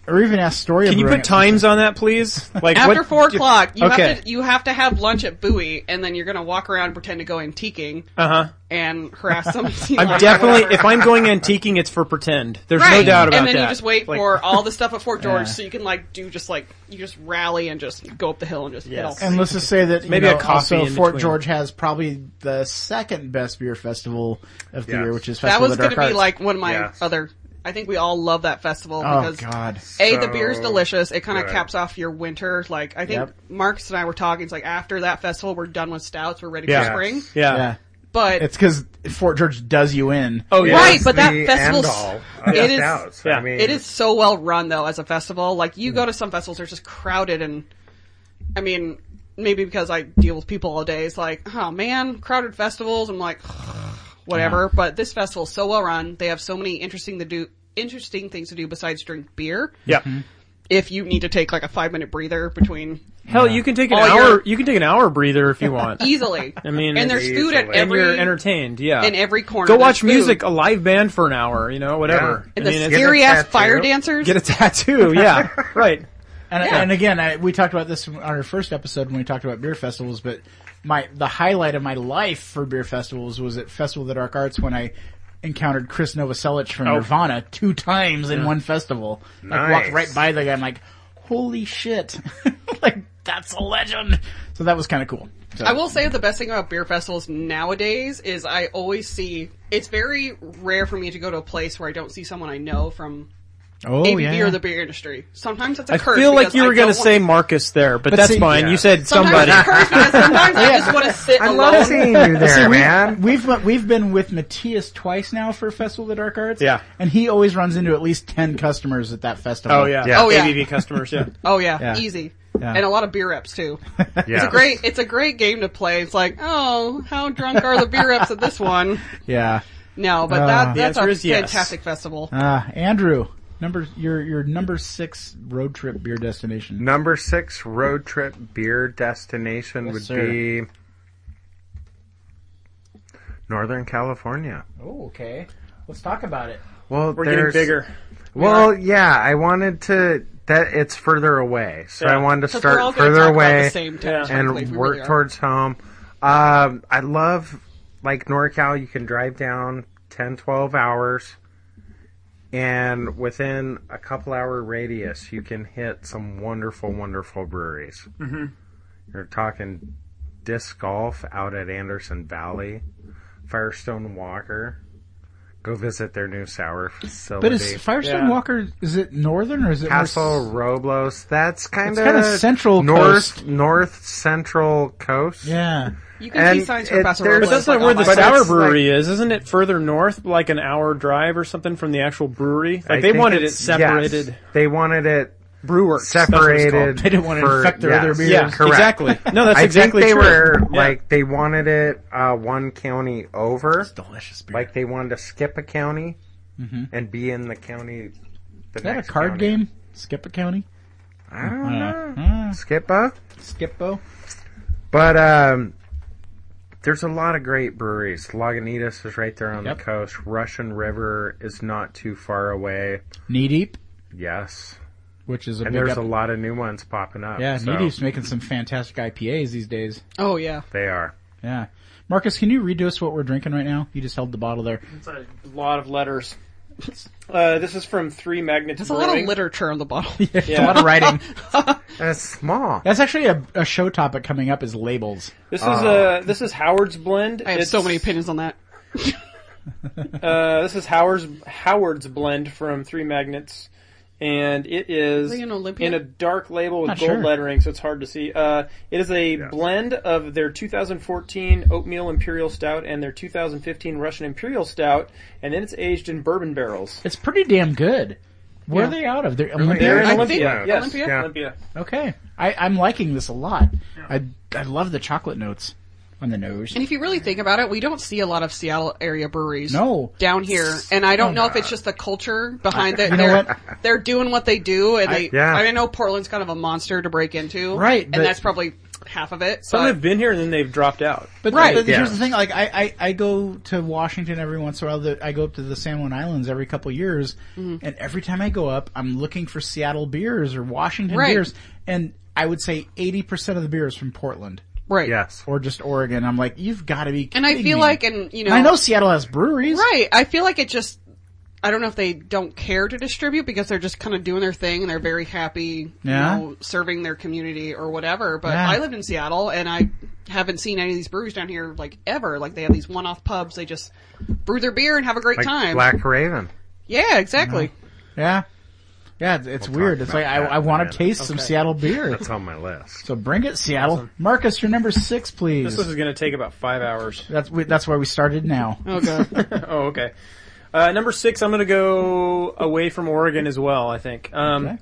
or even Astoria. Can you Brewing put at sunset. times on that, please? Like After what- four o'clock, you Okay. have to you have to have lunch at Bowie, and then you're gonna walk around and pretend to go antiquing Uh-huh. Uh huh. and harass them. I'm definitely. If I'm going antiquing, it's for pretend. There's no doubt about And then that. you just wait Like, for all the stuff at Fort George, Yeah. so you can like do just like you just rally and just go up the hill and just hit all. Yes. And let's just say that you Maybe know, a coffee Also, in Fort between. George has probably the second best beer festival of the Yes. year, which is that Festival was of the Dark gonna be Arts. like one of my Yes. other. I think we all love that festival oh because god, A, the So beer's delicious. It kind of good. caps off your winter. Like, I think Yep. Marcus and I were talking. It's like after that festival, we're done with stouts. We're ready Yeah. for spring. yeah. yeah, But it's because Fort George does you in. Oh yeah. Right, but that The festival's- end all of it is- doubts. yeah. I mean, It is so well run though as a festival. Like you go to some festivals, they're just crowded, and I mean, maybe because I deal with people all day, it's like, oh man, crowded festivals. I'm like, whatever. But this festival's so well run. They have so many interesting to do, interesting things to do besides drink beer. Yeah. If you need to take like a five minute breather between Hell, you can take an All hour. your- You can take an hour breather if you want. easily, I mean, and there's it's- food at easily. and every you're entertained. Yeah. in every corner. Go There's watch food. music, a live band for an hour. You know, whatever. and I the mean, it's- scary ass tattoo. fire dancers. get a tattoo. Yeah. right. And, and again, I, we talked about this on our first episode when we talked about beer festivals, but my, the highlight of my life for beer festivals was at Festival of the Dark Arts when I encountered Chris Novoselic from Oh. Nirvana two times in one festival. Like walked Nice. right by the guy, I'm like, holy shit. like, that's a legend. So that was kind of cool. So, I will say the best thing about beer festivals nowadays is I always see. It's very rare for me to go to a place where I don't see someone I know from oh, ABB yeah. or the beer industry. Sometimes it's a I curse. feel like because you I were going to don't say wanna- Marcus there, but, that's see- fine. yeah. you said Sometimes somebody. it's a curse because sometimes I just want to sit I alone. love seeing you there, See, we- man. We've we've been with Matthias twice now for Festival of the Dark Arts. Yeah. and he always runs into at least ten customers at that festival. oh yeah. Yeah. Oh, yeah. ABV customers. Yeah. Oh yeah, Yeah. easy. Yeah. And a lot of beer reps too. Yeah. It's a great, it's a great game to play. It's like, oh, how drunk are the beer reps at this one? yeah. No, but Uh, that, the that's answer a is yes. fantastic festival. Uh, Andrew, number your your number six road trip beer destination. Number six road trip beer destination would sir. be Northern California. Oh, okay. Let's talk about it. Well, We're there's- getting bigger. Well, yeah, I wanted to. That it's further away, so Yeah. I wanted to Because we're all start going further to talk about away the same town, Yeah. and frankly, if we work really are. towards home. Um, I love like NorCal. You can drive down 10, 12 hours, and within a couple hour radius, you can hit some wonderful, wonderful breweries. Mm-hmm. You're talking disc golf out at Anderson Valley, Firestone Walker. Go visit their new sour facility. But is Firestone Yeah. Walker is it northern or is it more Castle s- Roblos. That's kind It's of kinda central north coast. north central coast. Yeah. You can see And signs it- for Paso there's- But Robles. that's like, not where on the my- But sour it's brewery is, isn't it? Further north, like an hour drive or something from the actual brewery. Like I they think wanted it it's- separated. yes, they wanted it Brewer separated. They didn't want to for- infect their yes, other beers. Yeah, correct. exactly. No, that's I exactly think they true. were Yeah. like they wanted it uh, one county over. Delicious beer. Like they wanted to skip a county and be in the county. Mm-hmm. The is that a next card county. game? Skip a county? I don't know. Uh, Skip up. Skippo? But um, there's a lot of great breweries. Lagunitas is right there on Yep. the coast. Russian River is not too far away. Knee Deep, Yes, which is a and big there's up- a lot of new ones popping up. Yeah, so Knee Deep's making some fantastic IPAs these days. Oh yeah. they are. Yeah. Marcus, can you read to us what we're drinking right now? You just held the bottle there. It's a lot of letters. Uh, this is from Three Magnets There's a lot of literature on the bottle. It's a lot of writing. And it's small. That's actually a, a show topic coming up is labels. This is uh, this is Howard's blend. I have It's, so many opinions on that. Uh, this is Howard's Howard's blend from Three Magnets, and it is Are they an Olympia? in a dark label with Not gold sure. lettering, so it's hard to see. Uh, it is a blend of their 2014 oatmeal imperial stout and their 2015 Russian imperial stout, and then it's aged in bourbon barrels. It's pretty damn good. Where Yeah. are they out of? They're They're in Olympia. I Olympia. think- yes, Olympia? Yeah. Olympia. Okay. I, I'm liking this a lot. I, I love the chocolate notes on the nose. And if you really think about it, we don't see a lot of Seattle area breweries. No. Down here, and I don't know if it's just the culture behind that. you know They're what? they're doing what they do, and they. I, yeah. I know Portland's kind of a monster to break into, Right, And but- that's probably half of it. Some but- have been here and then they've dropped out. But, Right. but here's Yeah. the thing, like I, I, I go to Washington every once in a while. The- I go up to the San Juan Islands every couple years, Mm-hmm. and every time I go up, I'm looking for Seattle beers or Washington Right. beers, and I would say 80% of the beer is from Portland right. Yes. or just Oregon. I'm like, you've got to be kidding And I feel me. like, and you know, And I know Seattle has breweries. Right. I feel like it just. I don't know if they don't care to distribute because they're just kind of doing their thing and they're very happy, Yeah. you know, serving their community or whatever. But Yeah. I lived in Seattle and I haven't seen any of these breweries down here like ever. Like they have these one-off pubs. They just brew their beer and have a great Like time. Black Raven. yeah, exactly. Yeah. Yeah, it's, it's weird. It's like, I, I want to taste some Seattle beer. It's on my list. so bring it, Seattle. Marcus, your number six, please. This is going to take about five hours. that's, we, that's why we started now. Oh god. Oh, okay. Uh, number six, I'm going to go away from Oregon as well. I think. Um, Okay.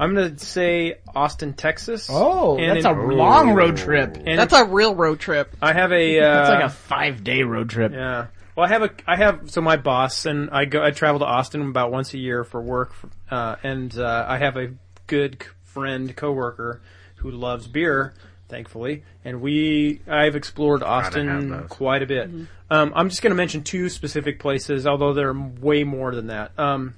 I'm going to say Austin, Texas. Oh, And that's in- a long road trip. And That's a real road trip. I have a. Uh, It's like a five day road trip. Yeah. Well, I have a. I have so my boss and I go. I travel to Austin about once a year for work, uh, and uh, I have a good c- friend coworker who loves beer. Thankfully, and we, I've explored have Austin those. quite a bit. Um, I'm just going to mention two specific places, although there are way more than that. Um,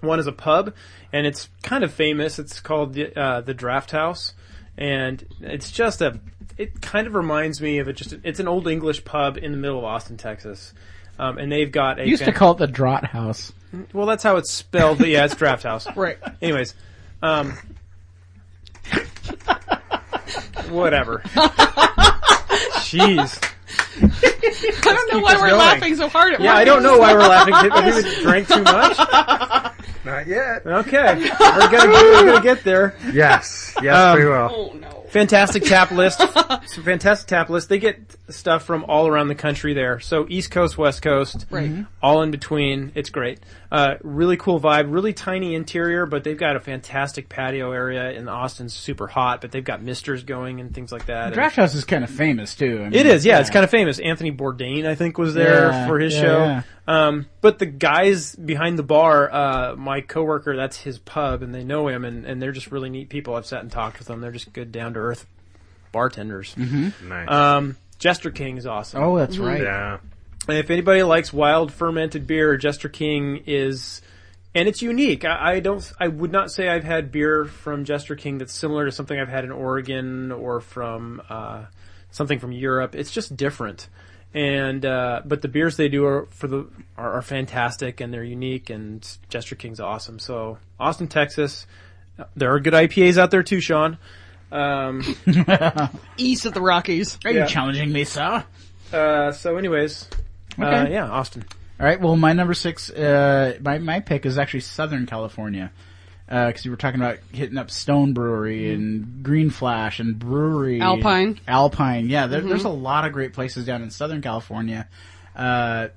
one is a pub, and it's kind of famous. It's called the uh, the Draft House, and it's just a. It kind of reminds me of a just. It's an old English pub in the middle of Austin, Texas, um, and they've got a. You used to fan- call it the Draught House. well, that's how it's spelled, but yeah, it's Draft House. Right. Anyways, um, Whatever. Jeez. I don't know why us we're going. laughing so hard at Yeah, I Marcus. don't know why we're laughing. Did we even drank too much? Not yet. Okay, we're gonna we're gonna get there. Yes, yes, we will. Oh no. Fantastic tap list. It's a fantastic tap list. They get stuff from all around the country there. So East Coast, West Coast, Right. Mhm. all in between. It's great. Uh, really cool vibe. Really tiny interior, but they've got a fantastic patio area. And Austin's super hot, but they've got misters going and things like that. Draft House is kind of famous too. I mean, It is, yeah, It's kind of famous. Anthony Bourdain, I think, was there Yeah, for his yeah, show. yeah. Um, but the guys behind the bar, uh, my coworker, that's his pub, and they know him, and, and they're just really neat people. I've sat and talked with them. They're just good, down to earth bartenders. Mm-hmm. Nice. Um, Jester King is awesome. Oh, that's right. yeah. And if anybody likes wild fermented beer, Jester King is, and it's unique. I, I don't, I would not say I've had beer from Jester King that's similar to something I've had in Oregon or from uh, something from Europe. It's just different. And uh, but the beers they do are for the are, are fantastic and they're unique and Jester King's awesome. So Austin, Texas, there are good IPAs out there too, Sean. Um, East of the Rockies. Are you challenging me, sir? uh, so, anyways, uh, Okay. yeah, Austin. All right. Well, my number six, uh, my my pick is actually Southern California, because you were talking about hitting up Stone Brewery and Green Flash and Brewery Mm-hmm. Alpine. Mm-hmm. Alpine. Yeah, there, there's a lot of great places down in Southern California. Uh,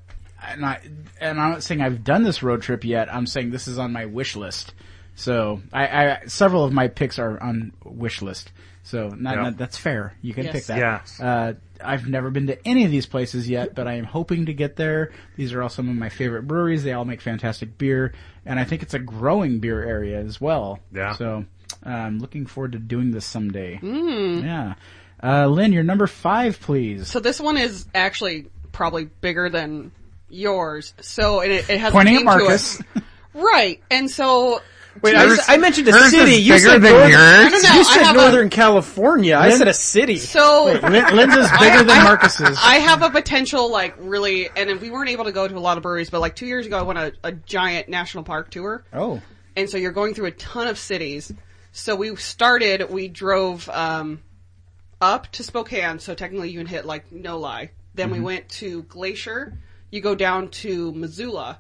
and I and I'm not saying I've done this road trip yet. I'm saying this is on my wish list. So I, I several of my picks are on wish list. So not, Yeah. not- that's fair. You can Yes. pick that. Yes. Uh, I've never been to any of these places yet, but I am hoping to get there. These are all some of my favorite breweries. They all make fantastic beer, and I think it's a growing beer area as well. Yeah. So I'm looking forward to doing this someday. Yeah. Uh, Lynn, your number five, please. Mm. So this one is actually probably bigger than yours. So and it, it has Pointing at a name Marcus. To it. Right. And so Wait, I, Jeez, I mentioned a Hers city. is You bigger said than northern, yours? I don't know. You I said have Northern California. I said a city. A, so Lynn, Lynn's is bigger than Marcus's. I have a potential, like, really, and if we weren't able to go to a lot of breweries, but like two years ago, I went a, a giant national park tour. Oh. And so you're going through a ton of cities. So we started, we drove, um, up to Spokane. So technically you can hit like no lie. Then we went to Glacier. You go down to Missoula,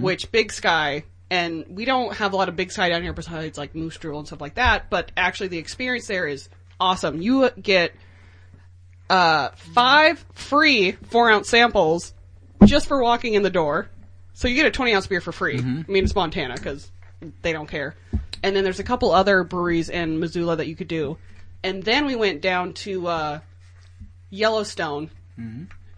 which Big Sky, and we don't have a lot of Big Sky down here besides like Moose Drool and stuff like that. But actually the experience there is awesome. You get, uh, five free four ounce samples just for walking in the door. So you get a 20 ounce beer for free. I mean, it's Montana because they don't care. And then there's a couple other breweries in Missoula that you could do. And then we went down to uh, Yellowstone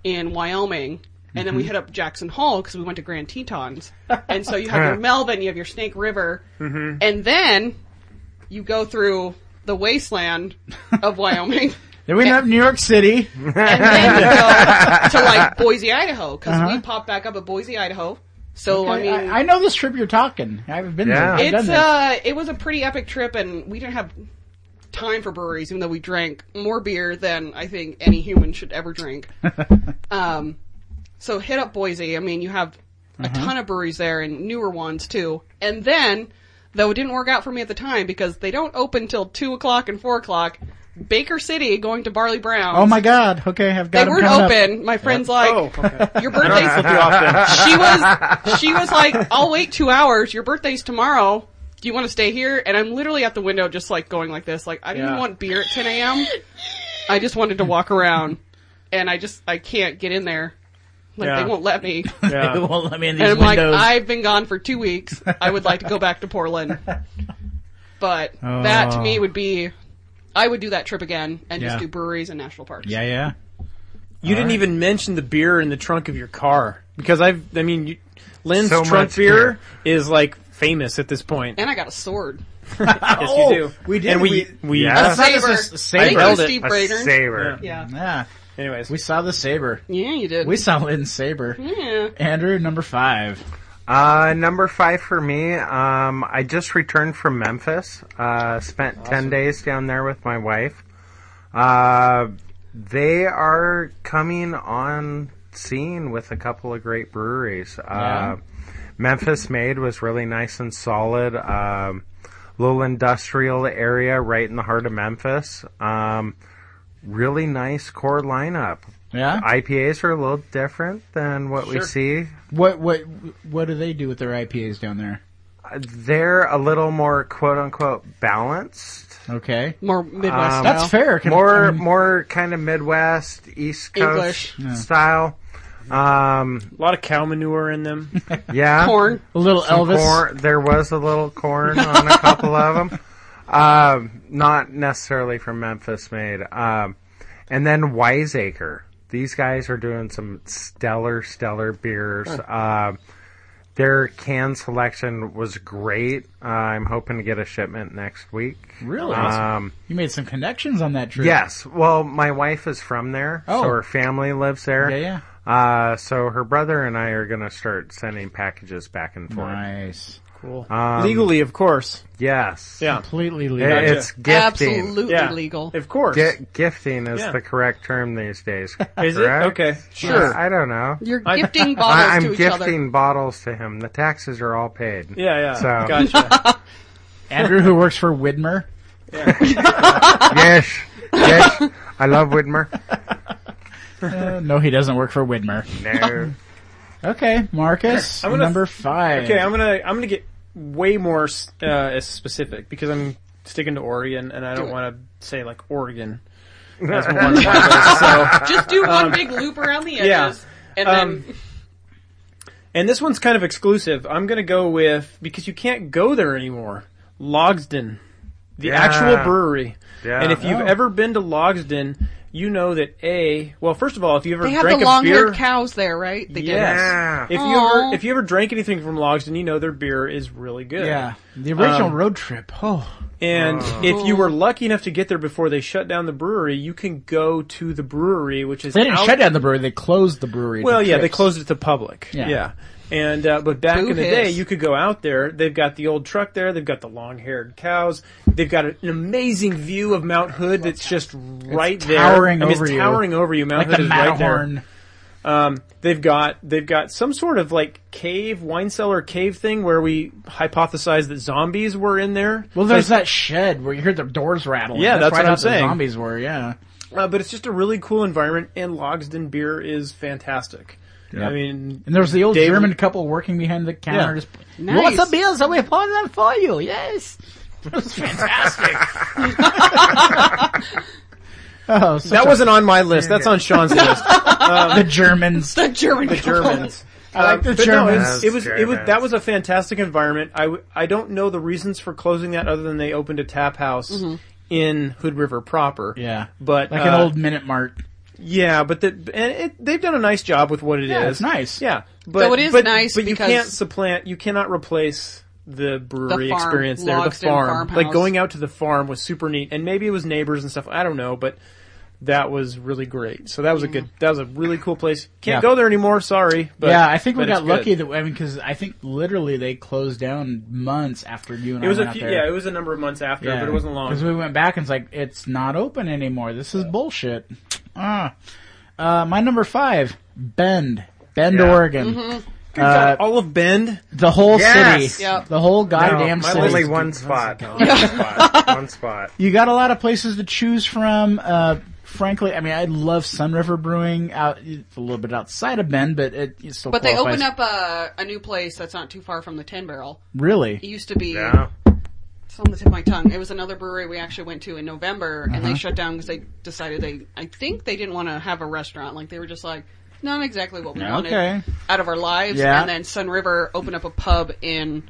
in Wyoming. And then we hit up Jackson Hole because we went to Grand Tetons. And so you have your Melvin, you have your Snake River. And then you go through the wasteland of Wyoming. Then we end up in New York City. and then you go to like Boise, Idaho, because we popped back up at Boise, Idaho. So I mean, Uh-huh. I, I know this trip you're talking. I haven't been there. Yeah. I've done it's this. uh, it was a pretty epic trip, and we didn't have time for breweries, even though we drank more beer than I think any human should ever drink. um, so hit up Boise. I mean, you have a Uh-huh. ton of breweries there and newer ones too. And then, though it didn't work out for me at the time because they don't open till two o'clock and four o'clock. Baker City going to Barley Brown. oh my God. Okay, I've got They 'em weren't coming up. open. My friend's like, Oh, okay. your birthday's she was she was like, I'll wait two hours. Your birthday's tomorrow. Do you want to stay here? And I'm literally at the window, just like going like this. Like I didn't Yeah. want beer at 10 a.m. I just wanted to walk around, and I just I can't get in there. Like Yeah. they won't let me. They won't let me in these And I'm like, windows. I've been gone for two weeks. I would like to go back to Portland. But that to me would be, I would do that trip again Oh. and Yeah. just do breweries and national parks. yeah, yeah. You didn't even mention the beer in the trunk of your car because I've, I mean, you, Lynn's So trunk much beer is like famous at this point. And I got a sword. yes, Oh, you do. we did, And we, we, we- Yeah. That is Saber. a I s- think saber. it held was it. Steve A Brainerd. saver. Yeah. Yeah. anyways, We saw the saber. Yeah, you did. We saw Lynn Saber. yeah. Andrew, number five. Uh, number five for me. Um, I just returned from Memphis. Uh, spent ten days down there with my wife. Uh, they are coming on scene with a couple of great breweries. Uh, Memphis Made was really nice and solid. Um, little industrial area right in the heart of Memphis. Um, really nice core lineup. Yeah. IPAs are a little different than what we Sure. see. What what what do they do with their IPAs down there? Uh, They're a little more quote unquote balanced. Okay, More Midwest. Um, style. that's fair. Can- more I mean- more kind of Midwest East Coast English. style. Um, A lot of cow manure in them. yeah, Corn. a little Some Elvis. Corn, there was a little corn on a couple of them. Um, not necessarily from Memphis made. Um, and then Wiseacre. These guys are doing some stellar, stellar beers. Um their can selection was great. Uh, I'm hoping to get a shipment next week. Really? Um, You made some connections on that trip. yes. Well, my wife is from there, Oh. so her family lives there. Yeah, yeah. Uh, so her brother and I are going to start sending packages back and forth. Nice. Cool. Uh, Um, Legally, of course. Yes. Yeah. Completely It- legal. It's gifting. Absolutely Yeah. legal. Of course. Gi- gifting is Yeah. the correct term these days. Is it? correct? Uh, Okay. Yeah, Sure. I don't know. You're I- gifting bottles I, am to each gifting other. bottles to him. The taxes are all paid. Yeah, yeah. So- Gotcha. Andrew, who works for Widmer. Yes. Yes. I love Widmer. Uh, no, he doesn't work for Widmer. No. Okay, Marcus, I'm gonna- number five. okay, I'm gonna I'm gonna get way more s- uh, specific because I'm sticking to Oregon and I don't want to say like Oregon. As one of my goals, so Just do one big loop around the edges. Um, yeah. And Um, then And this one's kind of exclusive. I'm going to go with because you can't go there anymore. Logsden, the Yeah. actual brewery. Yeah. And if you've ever been to Logsden, you know that a well, first of all, if you ever they have the drank a beer, long-haired cows there, right? They yes. Yeah. If you Aw. ever if you ever drank anything from Logsden, you know their beer is really good. Yeah, the original Um, road trip. Oh, And if you were lucky enough to get there before they shut down the brewery, you can go to the brewery, which is they didn't out- shut down the brewery; they closed the brewery. to Well, yeah, they trips. closed it to the public. Yeah. Yeah. And uh, but back Boo in the hiss. day, you could go out there. They've got the old truck there. They've got the long-haired cows. They've got an amazing view of Mount Hood that's just right there, towering I mean, over it's you. towering over you. Mount like the Hood is right there. Matterhorn. Um, they've got they've got some sort of like cave wine cellar cave thing where we hypothesized that zombies were in there. Well, there's that shed where you heard the doors rattle. Yeah, that's right what I'm out the saying. Zombies were, yeah. Uh, but it's just a really cool environment, and Logsden beer is fantastic. I mean, And there was the old David- German couple working behind the counter. Yeah. Just, Nice. You want some beers? I will pour them for you. Yes, it was fantastic. oh, so that wasn't on my list. That's on Sean's list. the Germans. the German the Germans. I like the But no, Germans. it's- it was it was Germans. that was a fantastic environment. I, w- I don't know the reasons for closing that other than they opened a tap house in Hood River proper. yeah, but like an uh, old Minute Mart. yeah, but the, and it, they've done a nice job with what it is. Yeah, it's nice. Yeah, but it is but- nice But you because- can't supplant. You cannot replace the brewery The farm, experience there. The Logsdon farm, farmhouse. like going out to the farm, was super neat. And maybe it was neighbors and stuff. I don't know, but that was really great. So that was a good. That was a really cool place. Can't Mm. Yeah. go there anymore. Sorry. But, yeah, I think we but it's got lucky good. that I mean because I think literally they closed down months after you and It was I a went few, out there. yeah, it was a number of months after, but it wasn't long. Because we went back and it's like, it's not open anymore. This is bullshit. Ah. Uh, my number five, Bend. Bend, Yeah. Oregon. Uh, all of Bend. the whole Yes. city. Yep. The whole goddamn my city. Only one spot. One spot. One spot. You got a lot of places to choose from. Uh, frankly, I mean, I love Sun River Brewing out, it's a little bit outside of Bend, but it, it still But they qualifies. opened up a, a new place that's not too far from the Ten Barrel. It Really? used to be Yeah. it's on the tip of my tongue. It was another brewery we actually went to in November, and Uh-huh. they shut down because they decided they I think they didn't want to have a restaurant. Like they were just like not exactly what we wanted Okay. out of our lives. Yeah. And then Sun River opened up a pub in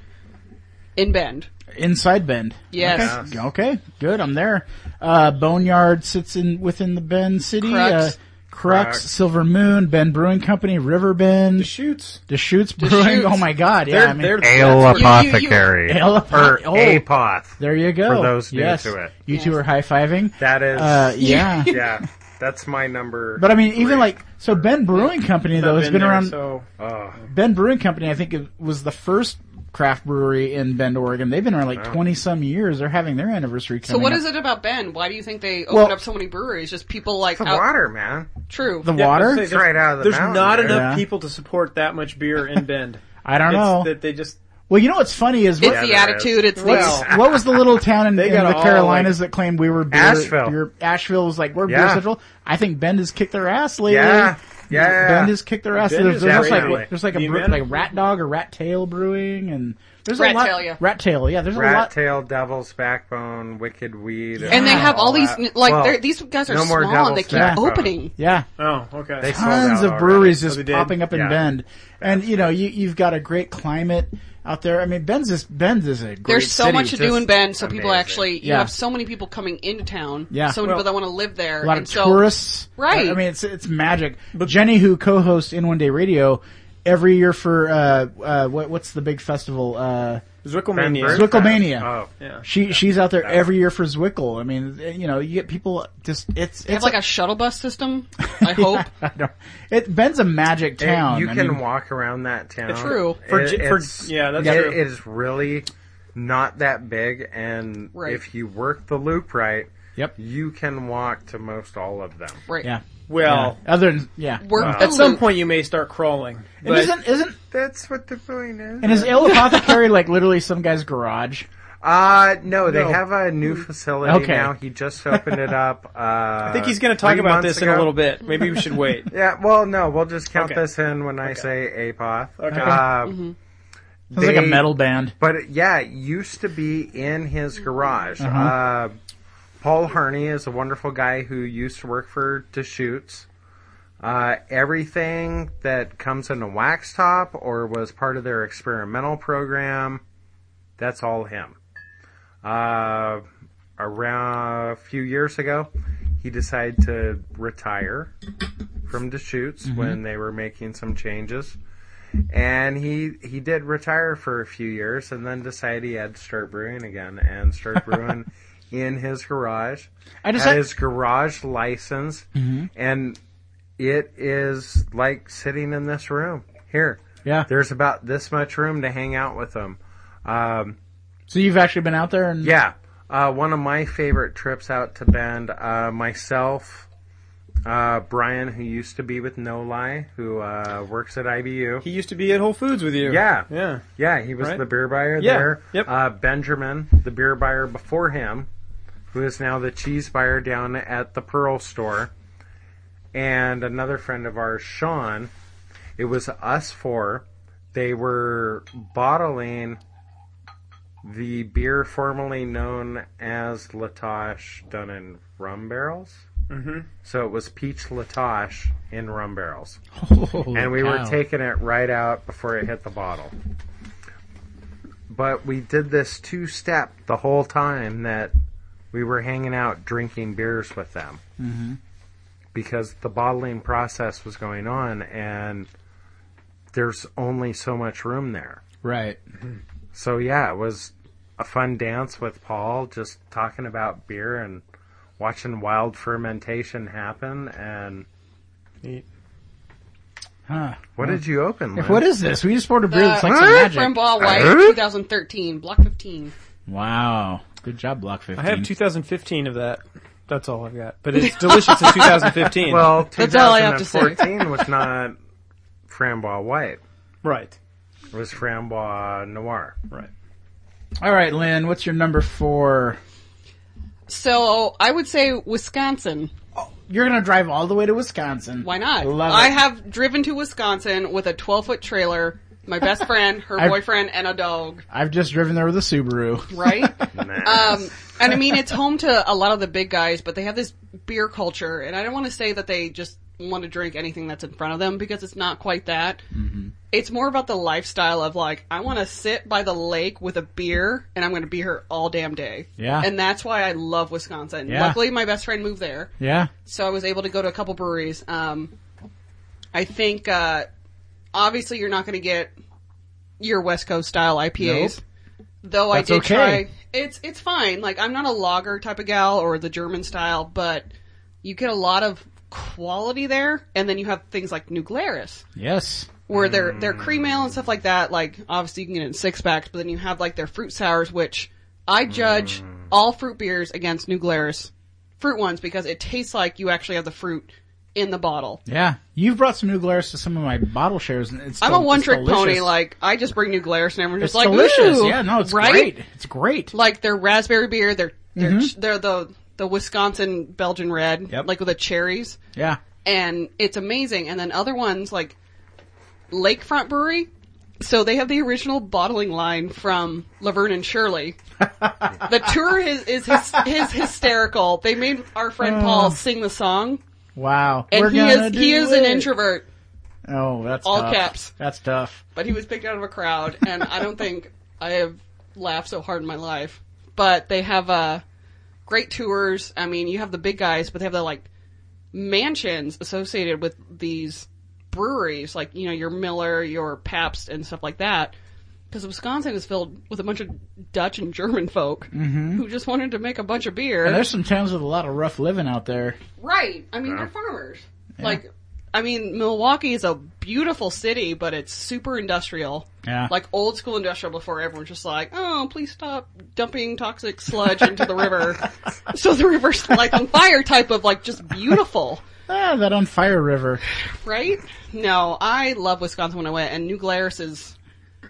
in Bend. Inside Bend. Yes. Okay, okay. good. I'm there. Uh, Boneyard sits in within the Bend City. Crux. Uh, Crux, Crux. Silver Moon, Bend Brewing Company, River Bend, Shoots. Deschutes Brewing. Deschutes. Oh my God! Yeah, They're, I mean, they're Ale you- you- apothecary. Ale or apoth- oh. apoth. there you go. For those new yes. to it. you two are high fiving. That is. Uh, yeah. yeah. That's my number. But I mean, even three. like so, Ben Brewing Company though has been there, around. So Oh, Ben Brewing Company, I think, it was the first craft brewery in Bend, Oregon. They've been around like twenty some years. They're having their anniversary. So Coming what up. is it about Bend? Why do you think they opened Well- up so many breweries? Just people like the out- water, man. True. The Yeah, water? I'd say It's right out of the There's mountain not there. enough Yeah. people to support that much beer in Bend. I don't It's know. that they just Well, you know what's funny is It's what, the there attitude. is. It's Well, the what was the little town in, They in got the all, Carolinas that claimed we were beer, Asheville. beer- Asheville was like we're beer Yeah. central. I think Bend has kicked their ass lately. Yeah. Yeah. Bend has kicked their ass. Bend There's, is there's definitely- like there's like a The brew, amount- like Rat Dog or Rat Tail Brewing and there's Rat a lot Tail, yeah. Rat Tail. Yeah, there's a Rat lot. Tail, Devil's Backbone, Wicked Weed. and they have all these uh, that. like Well, they're these guys are no more small and they Devil's keep Backbone. opening. yeah, Oh, okay. They sold tons out of already. breweries Oh, just they did? popping up in Yeah. Bend, and you know you you've got a great climate out there. I mean, Bend's is Bend's is a great There's so city. much to do just in Bend, so people amazing. actually you Yeah. have so many people coming into town. Yeah. so many Well, people that want to live there. a lot and of so, tourists. Right. I mean, it's it's magic. But Jenny, who co-hosts in One Day Radio every year for uh, uh what, what's the big festival? Uh, Zwicklemania. Zwick- Zwicklemania. Oh. yeah. she she's out there every year for Zwickle. I mean, you know, you get people just it's it's They have like a shuttle bus system. I hope. I don't- it Ben's a magic It- town. you I can mean, walk around that town. True. It- For J- for- it's- yeah, that's it- true. It is really not that big, and Right. if you work the loop right, Yep. you can walk to most all of them. Right. Yeah. Well, Other than yeah. Work the at some loop. point you may start crawling. And But isn't isn't That's what the point is. and is Ale Apothecary like literally some guy's garage? uh, no, they have a new facility Okay. now. He just opened it up. Uh, I I think he's going to talk about this in a little bit. Maybe we should wait. Yeah, well, no, we'll just count Okay. this in when I say Apoth. Okay. Mm-hmm. Uh, Sounds like a They- metal band. But it- yeah, it used to be in his garage. uh Paul Harney is a wonderful guy who used to work for Deschutes. Uh, everything that comes in a wax top or was part of their experimental program, that's all him. Uh, around a few years ago, he decided to retire from Deschutes when they were making some changes and he he did retire for a few years and then decided he had to start brewing again and start brewing in his garage I just had his garage license and it is like sitting in this room here yeah. there's about this much room to hang out with him um, So you've actually been out there and yeah uh, one of my favorite trips out to bend uh, myself uh, Brian, who used to be with No Lie, who uh, works at IBU, He used to be at Whole Foods with you. Yeah. Yeah. Yeah, he was Right? the beer buyer Yeah, there. yep. Uh, Benjamin, the beer buyer before him, who is now the cheese buyer down at the Pearl store. And another friend of ours, Sean. It was us four. They were bottling the beer formerly known as Latosh done in rum barrels. Mm-hmm. So it was peach Latosh in rum barrels Holy and we were cow. taking it right out before it hit the bottle. But we did this two step the whole time that we were hanging out drinking beers with them. Mm-hmm. Because the bottling process was going on, and there's only so much room there. right. So, yeah, it was a fun dance with Paul, just talking about beer and watching wild fermentation happen. And Neat. Huh. what did you open? Lynn? What is this? We just poured a beer Uh, that's like some magic. from Ball White, 2013, Block 15. Wow. Good job, Block 15. I have 2015 of that. That's all I've got. But it's delicious in 2015. Well, That's all I have to say. 2014 was not Frambois White. right. It was Frambois Noir. Right. All right, Lynn, what's your number four? So I would say Wisconsin. You're going to drive all the way to Wisconsin. Why not? Love it. I have driven to Wisconsin with a 12 foot trailer, my best friend, her I've- boyfriend, and a dog. I've just driven there with a Subaru. Right? Nah. um, and I mean, it's home to a lot of the big guys, but they have this beer culture, and I don't want to say that they just want to drink anything that's in front of them because it's not quite that. Mm-hmm. It's more about the lifestyle of like, I want to sit by the lake with a beer, and I'm going to be here all damn day. Yeah. And that's why I love Wisconsin. Yeah. Luckily, my best friend moved there Yeah. so I was able to go to a couple breweries. Um, I think uh, obviously you're not going to get your West Coast style IPAs, though That's I did okay. try. It's it's fine. Like I'm not a lager type of gal or the German style, but you get a lot of quality there, and then you have things like New Glarus Yes. where their Mm. their cream ale and stuff like that. Like obviously you can get it in six packs, but then you have like their fruit sours, which I judge Mm. all fruit beers against New Glarus fruit ones because it tastes like you actually have the fruit in the bottle. Yeah, you've brought some new glares to some of my bottle shares, and it's I'm del- a one it's trick pony. delicious. Like I just bring new glares and everyone's it's just like delicious. "Ooh," yeah, no, it's right? great. It's great. Like their raspberry beer, their their ch- their the the Wisconsin Belgian red, Yep. like with the cherries, Yeah, and it's amazing. And then other ones like Lakefront Brewery. So they have the original bottling line from Laverne and Shirley. the tour is is, his, is hysterical. They made our friend Paul sing the song, wow. and Oh. We're he gonna is do he is an it. introvert, Oh, that's all tough. caps. That's tough. but he was picked out of a crowd, and I don't think I have laughed so hard in my life. But they have uh, great tours. I mean, you have the big guys, but they have the like mansions associated with these breweries, like you know your Miller, your Pabst, and stuff like that. Because Wisconsin is filled with a bunch of Dutch and German folk who just wanted to make a bunch of beer. And there's some towns with a lot of rough living out there. Right. I mean, they're farmers. Like, I mean, Milwaukee is a beautiful city, but it's super industrial. Yeah. Like old school industrial before everyone's just like, oh, please stop dumping toxic sludge into the river. so the river's like on fire type of like just beautiful. Ah, that on fire river. Right? No, I love Wisconsin when I went and New Glarus is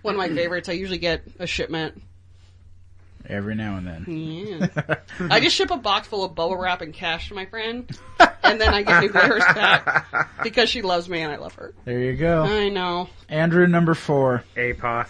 one of my favorites. I usually get a shipment. Every now and then. Yeah. I just ship a box full of bubble wrap and cash to my friend, and then I get new glares back because she loves me and I love her. There you go. I know. Andrew number four. Apoth.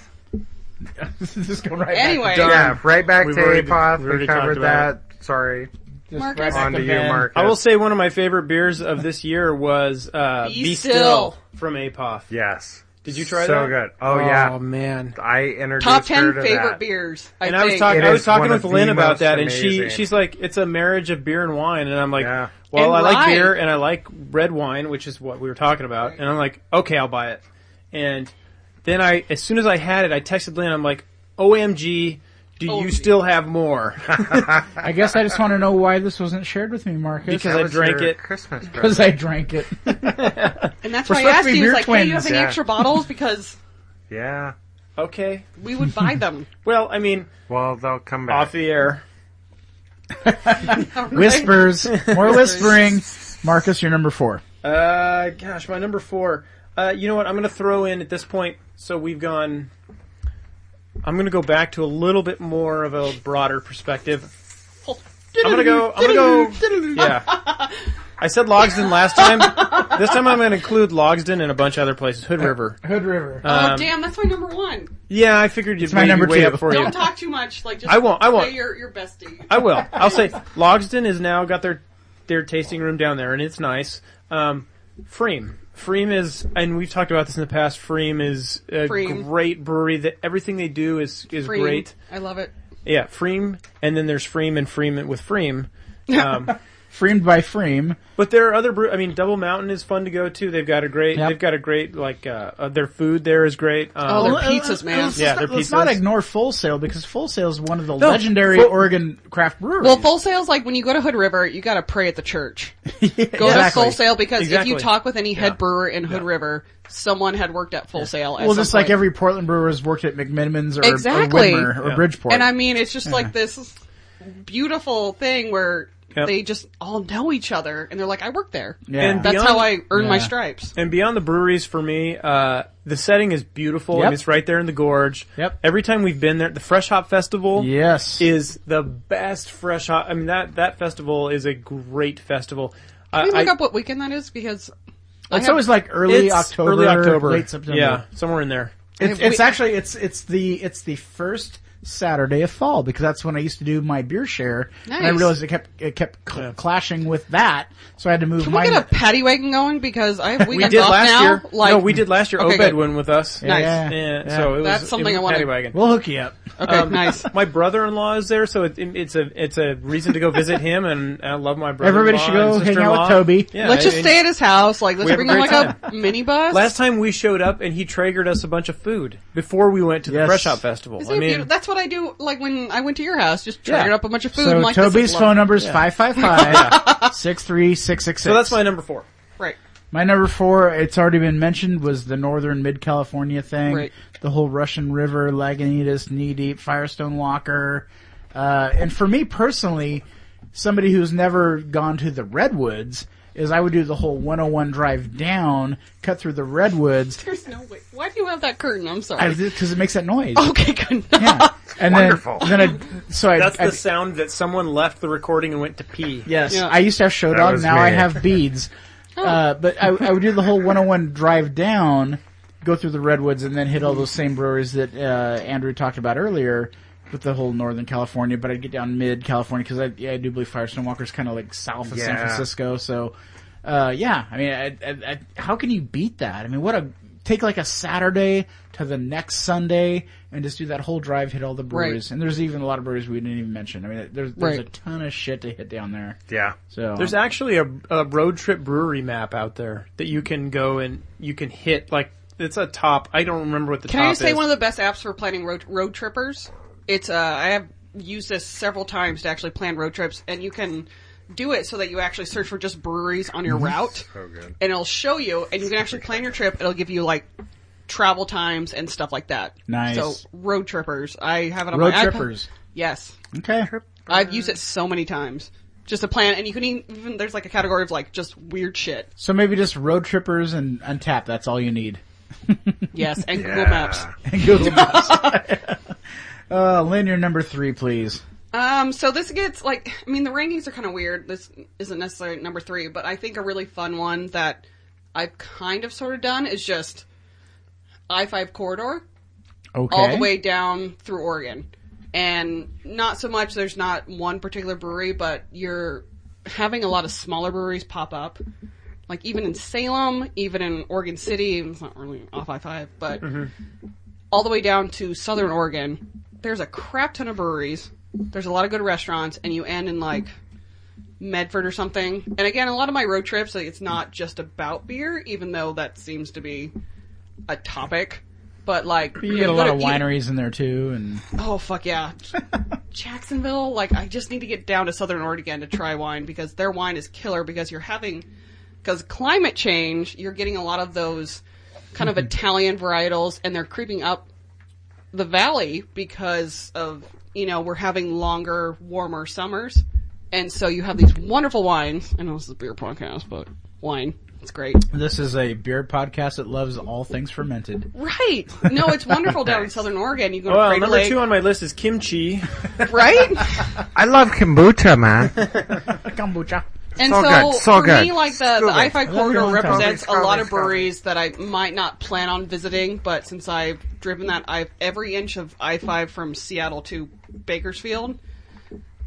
this is going right back. Anyway, Yeah, right back We've to already- Apoth. we've already We talked covered that. about Sorry. Just Marcus. right back On to you, Ben. Marcus. I will say one of my favorite beers of this year was uh, Be Be, Still. Still. from Apoff. Yes. Did you try that? so good. Oh, yeah. Oh man. I introduced top her ten to favorite that. beers. I And think. I was talking. It I is was one talking with of the Lynn about most that, amazing. and she she's like, "It's a marriage of beer and wine." And I'm like, Yeah. "Well, And I like wine. beer and I like red wine, which is what we were talking about." And I'm like, "Okay, I'll buy it." And then I, as soon as I had it, I texted Lynn. I'm like, "OMG, do you OMG. still have more?" I guess I just want to know why this wasn't shared with me, Marcus. Because That I was drank your it. Christmas present. Because I drank it. and that's We're why I supposed asked to be you. beer I was like, hey, do twins. you have any Yeah. extra bottles? Because Yeah. okay. we would buy them. Well, I mean, Well, they'll come back. off the air. All right? Whispers. More whispering. Marcus, you're number four. Uh, gosh, my number four. Uh, you know what? I'm going to throw in at this point. So we've gone. I'm going to go back to a little bit more of a broader perspective. I'm going to go. I'm going to go. Yeah. I said Logsden last time. This time I'm going to include Logsden and a bunch of other places. Hood River. Hood River. um, Oh damn, that's my number one. Yeah, I figured you'd my way- number way two. up for you. Don't talk too much. Like just I won't, I won't. Say your your bestie. I will. I'll say Logsden has now got their their tasting room down there, and it's nice. Um, Freem. Freem is, and we've talked about this in the past. Freem is a Freem. great brewery. That everything they do is is Free. great. I love it. Yeah, Freem, and then there's Freem and Freem with Freem. Um, Framed by Frame. but there are other brew. I mean, Double Mountain is fun to go to. They've got a great. Yep. They've got a great like uh, uh, their food there is great. Um, Oh, they're pizzas, man. Let's, Yeah, not, they're let's not pizzas. ignore Full Sail because Full Sail is one of the legendary Full- Oregon craft breweries. Well, full sale's like when you go to Hood River, you gotta pray at the church. Go to Exactly. Full Sail because if Exactly. you talk with any head brewer in Hood River, someone had worked at Full Sail. At Well, some just like point. every Portland brewer has worked at McMiniman's or, Exactly. or Widmer or Yeah. Bridgeport. And I mean, it's just like this beautiful thing where Yep. they just all know each other, and they're like, "I work there." yeah. and That's Beyond- how I earn my Yeah. stripes. And beyond the breweries, for me, uh, the setting is beautiful. Yep. And it's right there in the gorge. Yep. Every time we've been there, the Fresh Hop Festival yes. is the best fresh hop. I mean, that, that festival is a great festival. Can we I- look up what weekend that is because I it's have- always like early it's October, early October. late September. Yeah, somewhere in there. It's, If it's we- actually it's it's the it's the first Saturday of fall because that's when I used to do my beer share. And I Nice. realized it kept it kept cl- clashing with that, so I had to move Can we mine. get a paddy wagon going because I have We weekends did off last now. year. Like, no, we did last year. Okay, Obed good. went with us. yeah, nice. And yeah. So it was, That's it something was I wanna- paddy wagon. we'll hook you up. Okay, um, nice. My brother-in-law is there, so it, it's a it's a reason to go visit him, and I love my brother. Everybody should go hang out with Toby. Yeah, let's just and- stay at his house. Like, let's We have a bring him like great a minibus. Last time we showed up and he traegered us a bunch of food before we went to the Yes. Fresh Hop Festival. Isn't I it mean, beautiful? that's what I do. Like when I went to your house, just Yeah. triggered up a bunch of food. So I'm like, this is Toby's love. phone number is five five five six three six six six. so that's my number four. Right. My number four, it's already been mentioned, was the northern mid California thing. Right. The whole Russian River, Lagunitas, Knee Deep, Firestone Walker. Uh, and for me personally, somebody who's never gone to the Redwoods, is I would do the whole 101 drive down, cut through the redwoods, There's no way. Why do you have that curtain? I'm sorry. because it makes that noise. okay, good. Yeah. And then, Wonderful. then I, so I, That's I, the sound that someone left the recording and went to pee. yes, Yeah. Oh. I used to have show That dog. was Now I me. have beads. Uh, but I, I would do the whole 101 drive down, go through the redwoods, and then hit all those same breweries that uh, Andrew talked about earlier with the whole Northern California. But I'd get down mid California because I, yeah, I do believe Firestone Walker's kind of like south of San Yeah. Francisco. So, uh, yeah, I mean, I, I, I, how can you beat that? I mean, what a take like a Saturday to the next Sunday and just do that whole drive, hit all the breweries, Right. and there's even a lot of breweries we didn't even mention. I mean, there's there's Right. a ton of shit to hit down there. Yeah. So um, There's actually a, a road trip brewery map out there that you can go and you can hit like it's a top. I don't remember what the Can top I just say is. one of the best apps for planning road road trippers? It's uh, I have used this several times to actually plan road trips, and you can do it so that you actually search for just breweries on Mm-hmm. your route, good. and it'll show you, and you can actually plan your trip. It'll give you like travel times and stuff like that. Nice. So road trippers, I have it on road my iPad. trippers. Yes, Okay. I've used it so many times. Just to plan, and you can even there's like a category of like just weird shit. So maybe just road trippers and untap. That's all you need. Yes, and Google Yeah. Maps. Google Maps. uh, Lynn, you're number three, please. Um, so this gets like, I mean, the rankings are kind of weird. This isn't necessarily number three, but I think a really fun one that I've kind of sort of done is just I-5 corridor Okay. all the way down through Oregon. And not so much, there's not one particular brewery, but you're having a lot of smaller breweries pop up. Like even in Salem, even in Oregon City, it's not really off I-5, but Mm-hmm. all the way down to Southern Oregon, there's a crap ton of breweries. There's a lot of good restaurants and you end in like Medford or something. And again, a lot of my road trips, like, it's not just about beer, even though that seems to be a topic. But like, You get a lot of you- wineries in there too, and Oh fuck yeah, Jacksonville. Like I just need to get down to Southern Oregon to try wine because their wine is killer. Because you're having, because climate change, you're getting a lot of those kind of Italian varietals, and they're creeping up the valley because of you know we're having longer, warmer summers, and so you have these wonderful wines. I know this is a beer podcast, but wine, it's great. this is a beer podcast that loves all things fermented. Right? No, it's wonderful down in Southern Oregon. You go to Well, Crater number Lake, two on my list is kimchi. right? I love kombucha, man. Kombucha. And So so, good, so for good. me, like the, the I five I love your corridor hometown. represents a Strawberry, lot of strawberry, breweries that I might not plan on visiting, but since I've driven that I've every inch of I five from Seattle to Bakersfield,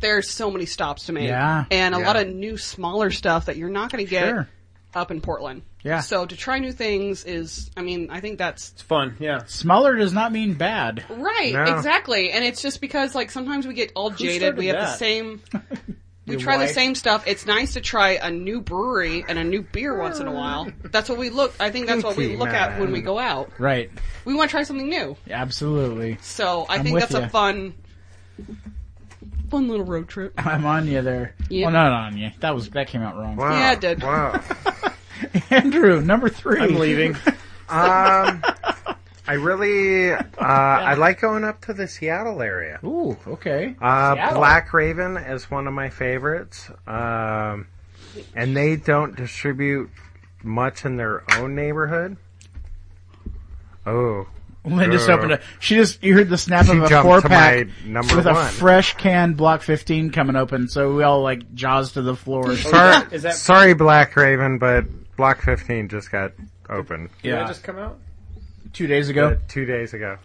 there's so many stops to make, Yeah. and a Yeah. lot of new smaller stuff that you're not going to get Sure. up in Portland. Yeah. So to try new things is, I mean, I think that's It's fun, yeah. Smaller does not mean bad. Right, No. exactly. And it's just because like sometimes we get all jaded. started We have the that? same we try the wife. same stuff. It's nice to try a new brewery and a new beer once in a while. That's what we look I think that's what we Pinky look at when we man. go out. Right. We want to try something new. Absolutely. So I I'm think with that's ya. a fun fun little road trip. I'm on you there. Yeah. Well, not on you. That was that came out wrong. Wow. Yeah, it did. Wow. Andrew, number three. I'm leaving. Um, I really, uh, I like going up to the Seattle area. Ooh. Okay. Uh, Seattle. Black Raven is one of my favorites. Um, and they don't distribute much in their own neighborhood. Oh. Lynn just Uh, opened a. She just you heard the snap She of a jumped four to pack my number with a one. fresh can block fifteen coming open. So we all like jaws to the floor. Sorry, Is that- sorry, Black Raven, but Block 15 just got opened Did Yeah. I just come out? two days ago. two days ago.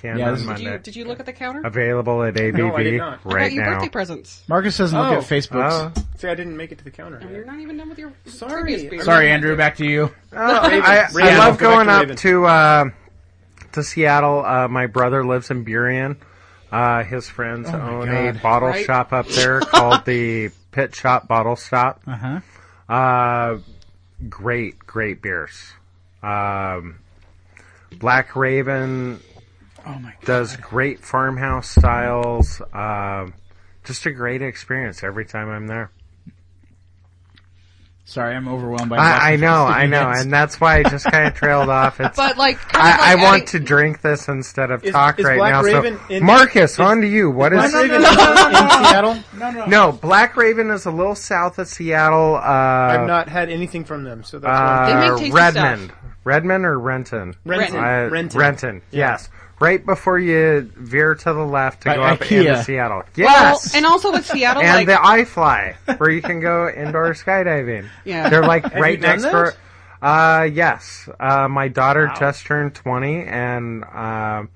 Canned Yeah, this on is- Did you, Monday. did you look at the counter? Available at ABV No, I did not. I right got you now. birthday presents. Marcus doesn't Oh. look at Facebooks. Oh. See, I didn't make it to the counter. You're not even done with your Sorry. previous beer. Sorry, Andrew. Back to you. I, I Raven. love Go back going to up Raven. to uh, to Seattle. Uh, my brother lives in Burien. Uh, his friends own a Oh God. bottle Right. shop up there called the Pit Shop Bottle Shop. Uh-huh. Uh, great, great beers. Um, Black Raven Oh my. does great farmhouse styles. Um, just a great experience every time I'm there. Sorry, I'm overwhelmed by. I, I lots of know, I constituents. know, and that's why I just kind of trailed off. It's But like, kind of I, I like want to adding- drink this instead of Is- talk is right Black now. Raven so, in- Marcus, is- on to you. What is? Black Raven in Seattle. no, Black Raven is a little south of Seattle. Uh, I've not had anything from them, so that's why. They make uh, tasty Redmond, Redmond or Renton? Renton. Uh, Renton. Yes, right before you veer to the left to By go up Ikea. into Seattle. Well, Yes, and also with Seattle, and like, the iFly, where you can go indoor skydiving. Yeah. They're like right done next that? door. Uh, yes. Uh, my daughter just turned 20 and, um,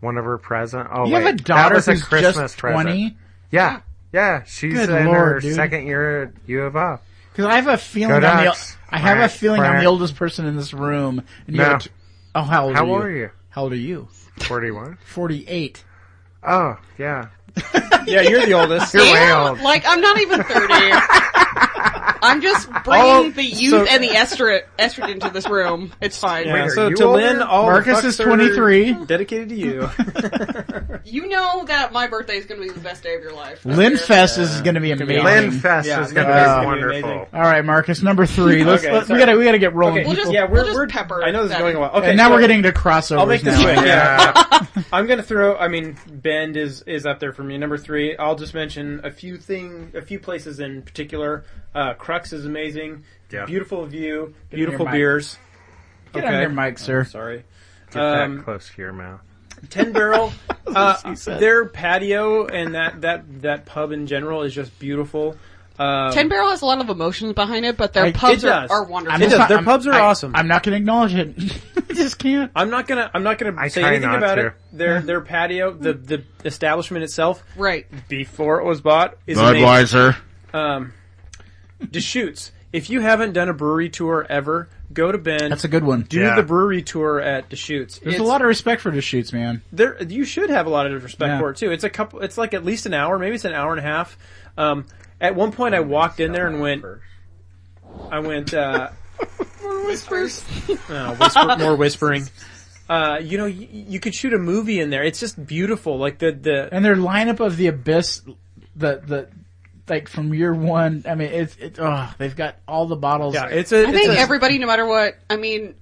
one of her present. Oh, You wait. have a daughter that was who's a Christmas just present. twenty. Yeah. Yeah. She's Good in her lord, dude. second year at U of O. Because I have a feeling Go I'm the, Ducks. I have a Quack, feeling I'm quack. the oldest person in this room. And you No. have t- oh, how old How are you? old are you? How old are you? 41? Forty-eight. Oh, yeah. yeah, you're the oldest. You're way damn, old. like I'm not even thirty. I'm just bringing the youth Oh, so- and the ester- estrogen to this room. It's fine. Yeah, are so you to older? Lynn, all the Marcus fucks is are 23. Dedicated to you. You know that my birthday is going to be the best day of your life. this year. Linfest is going to be amazing. Linfest Yeah, is going to no, it's gonna be be wonderful. amazing. All right, Marcus, number three. Let's, Okay, let, we sorry. gotta we gotta get rolling. Okay, We'll just- yeah, we're, we'll just we're pepper I know this is that going in. a while. Okay, and now so we're getting to crossovers. I'll make this now. quick. Yeah. Yeah. I'm gonna throw. I mean, Bend is is up there for me. Number three. I'll just mention a few thing, a few places in particular. Uh, Crux is amazing. Yeah. Beautiful view. your Beautiful mic. beers. Get on your mic, sir. Sorry. Get Um, that close to your mouth. Ten Barrel, uh, she said. their patio and that that that pub in general is just beautiful. Um, Ten Barrel has a lot of emotions behind it, but their Like, pubs it are, does. are It wonderful. does. not- Their pubs are I- awesome. I'm not gonna acknowledge it. I just can't. I'm not gonna. I'm not gonna I say try anything not about to. it. Their their patio, the the establishment itself, Right. before it was bought, is amazing. Budweiser. Um, Deschutes. If you haven't done a brewery tour ever, go to Ben. That's a good one. do Yeah. the brewery tour at Deschutes. There's It's- a lot of respect for the shoots, man. there you should have a lot of respect Yeah. for it too. It's a couple. It's like at least an hour, maybe it's an hour and a half. Um, at one point, I walked in there and went. I went. Uh, uh, whisper, more whispering. Uh, you know, you, you could shoot a movie in there. It's just beautiful. Like the the. And their lineup of the abyss, the the like from year one. I mean, it's it. Oh, they've got all the bottles. Yeah, it's a. I it's think a- everybody, no matter what, I mean,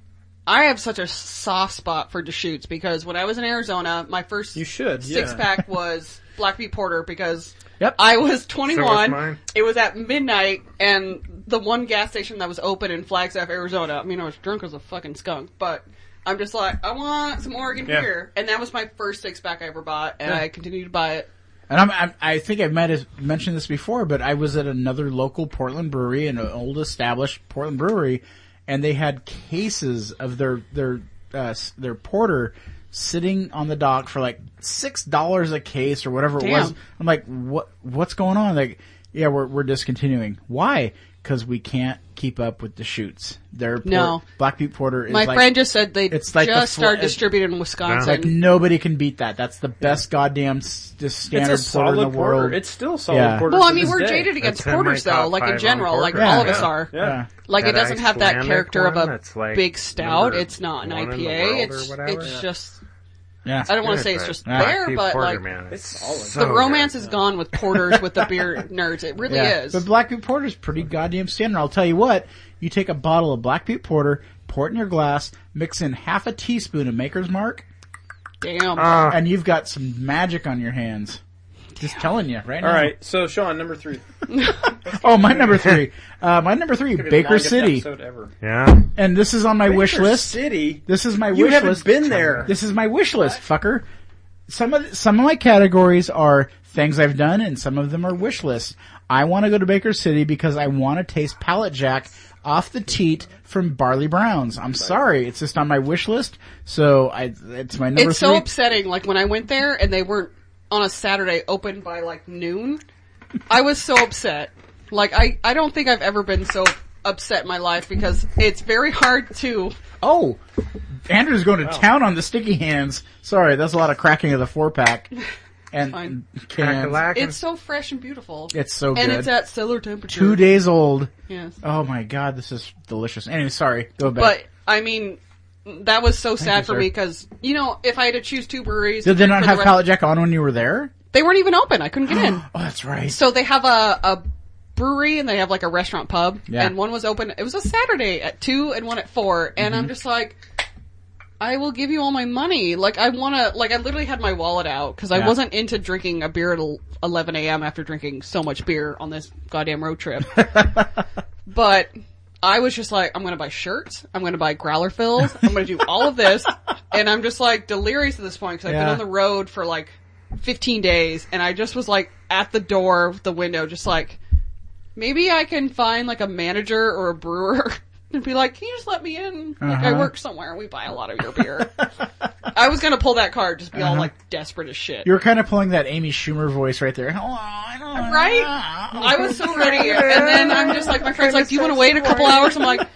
I have such a soft spot for Deschutes because when I was in Arizona, my first You should, yeah. six pack was Black Beet Porter because Yep. I was 21. mine. it was at midnight and the one gas station that was open in Flagstaff, Arizona. I mean, I was drunk as a fucking skunk, but I'm just like, I want some Oregon Yeah. beer. And that was my first six pack I ever bought and I continued to buy it. And I'm, I'm, I think I might have mentioned this before, but I was at another local Portland brewery, an old established Portland brewery, and they had cases of their their uh, s- their porter sitting on the dock for like six dollars a case or whatever it was. Damn. I'm like, what what's going on? Like, yeah, we're we're discontinuing. Why? Because we can't keep up with the shoots. Their port, No. Black Butte Porter is My like, friend just said they it's like the just fl- started distributing in Wisconsin. like nobody can beat that. That's the best goddamn s- just standard It's a porter in solid the world. porter. It's still solid Yeah. porter. well, to I mean, this we're day. jaded against That's in my porters though, top like in five general, on like porters. all of Yeah. us are. Yeah. Like it That doesn't have that Icelandic character of one a that's, like, big stout. number It's not an one in the IPA. world or It's whatever. it's Yeah. just yeah. I don't want Good, to say it's but- just Yeah. there, Keep but Porter, like man. It's solid. Oh, so the romance good. is gone with porters with the beer nerds. It really Yeah. is. But Black Butte Porter's pretty goddamn standard. I'll tell you what, you take a bottle of Black Butte Porter, pour it in your glass, mix in half a teaspoon of Maker's Mark, Damn. Ah, and you've got some magic on your hands. Just telling you, right? All right, so Sean, number three. Oh, my number three. Uh, my number three, Could be the Baker longest City. episode ever. yeah. And this is on my wish Baker list. City. This is my You wish haven't list. been there. This is my wish list, fucker. Some of some of my categories are things I've done, and some of them are wish lists. I want to go to Baker City because I want to taste Pallet Jack off the teat from Barley Browns. I'm sorry, it's just on my wish list, so I it's my number it's three. so upsetting. Like when I went there and they weren't on a Saturday open by like noon, I was so upset. Like I, I don't think I've ever been so upset in my life because it's very hard to. oh, Andrew's going to town on the sticky hands. Sorry, that's a lot of cracking of the four pack and Fine. and cans. Crack-a-lack. It's so fresh and beautiful. It's so and good. it's at cellar temperature. Two days old. Yes. Oh my god, this is delicious. Anyway, sorry. Go back. But I mean, that was so sad you, for sir. me because you know if I had to choose two breweries, Did they not for the have rest- Pallet Jack on when you were there? They weren't even open. I couldn't get in. Oh, that's right. So they have a a brewery and they have like a restaurant pub. Yeah. And one was open, it was a Saturday at two and one at four. Mm-hmm. And I'm just like, I will give you all my money. Like I want to, like I literally had my wallet out because I Yeah. wasn't into drinking a beer at el- 11 a.m. after drinking so much beer on this goddamn road trip. but I was just like, I'm gonna buy shirts. I'm gonna buy growler fills. I'm gonna do all of this. And I'm just like delirious at this point because I've Yeah. been on the road for like 15 days and I just was like at the door of the window just like, maybe I can find like a manager or a brewer and be like, can you just let me in? Like Uh-huh. I work somewhere and we buy a lot of your beer. I was gonna pull that card, just be Uh-huh. all like desperate as shit. You were kind of pulling that Amy Schumer voice right there. Hello, I don't Right? I was so ready, and then I'm just like, my friend's like, "Do you want to wait a couple hours?" I'm like,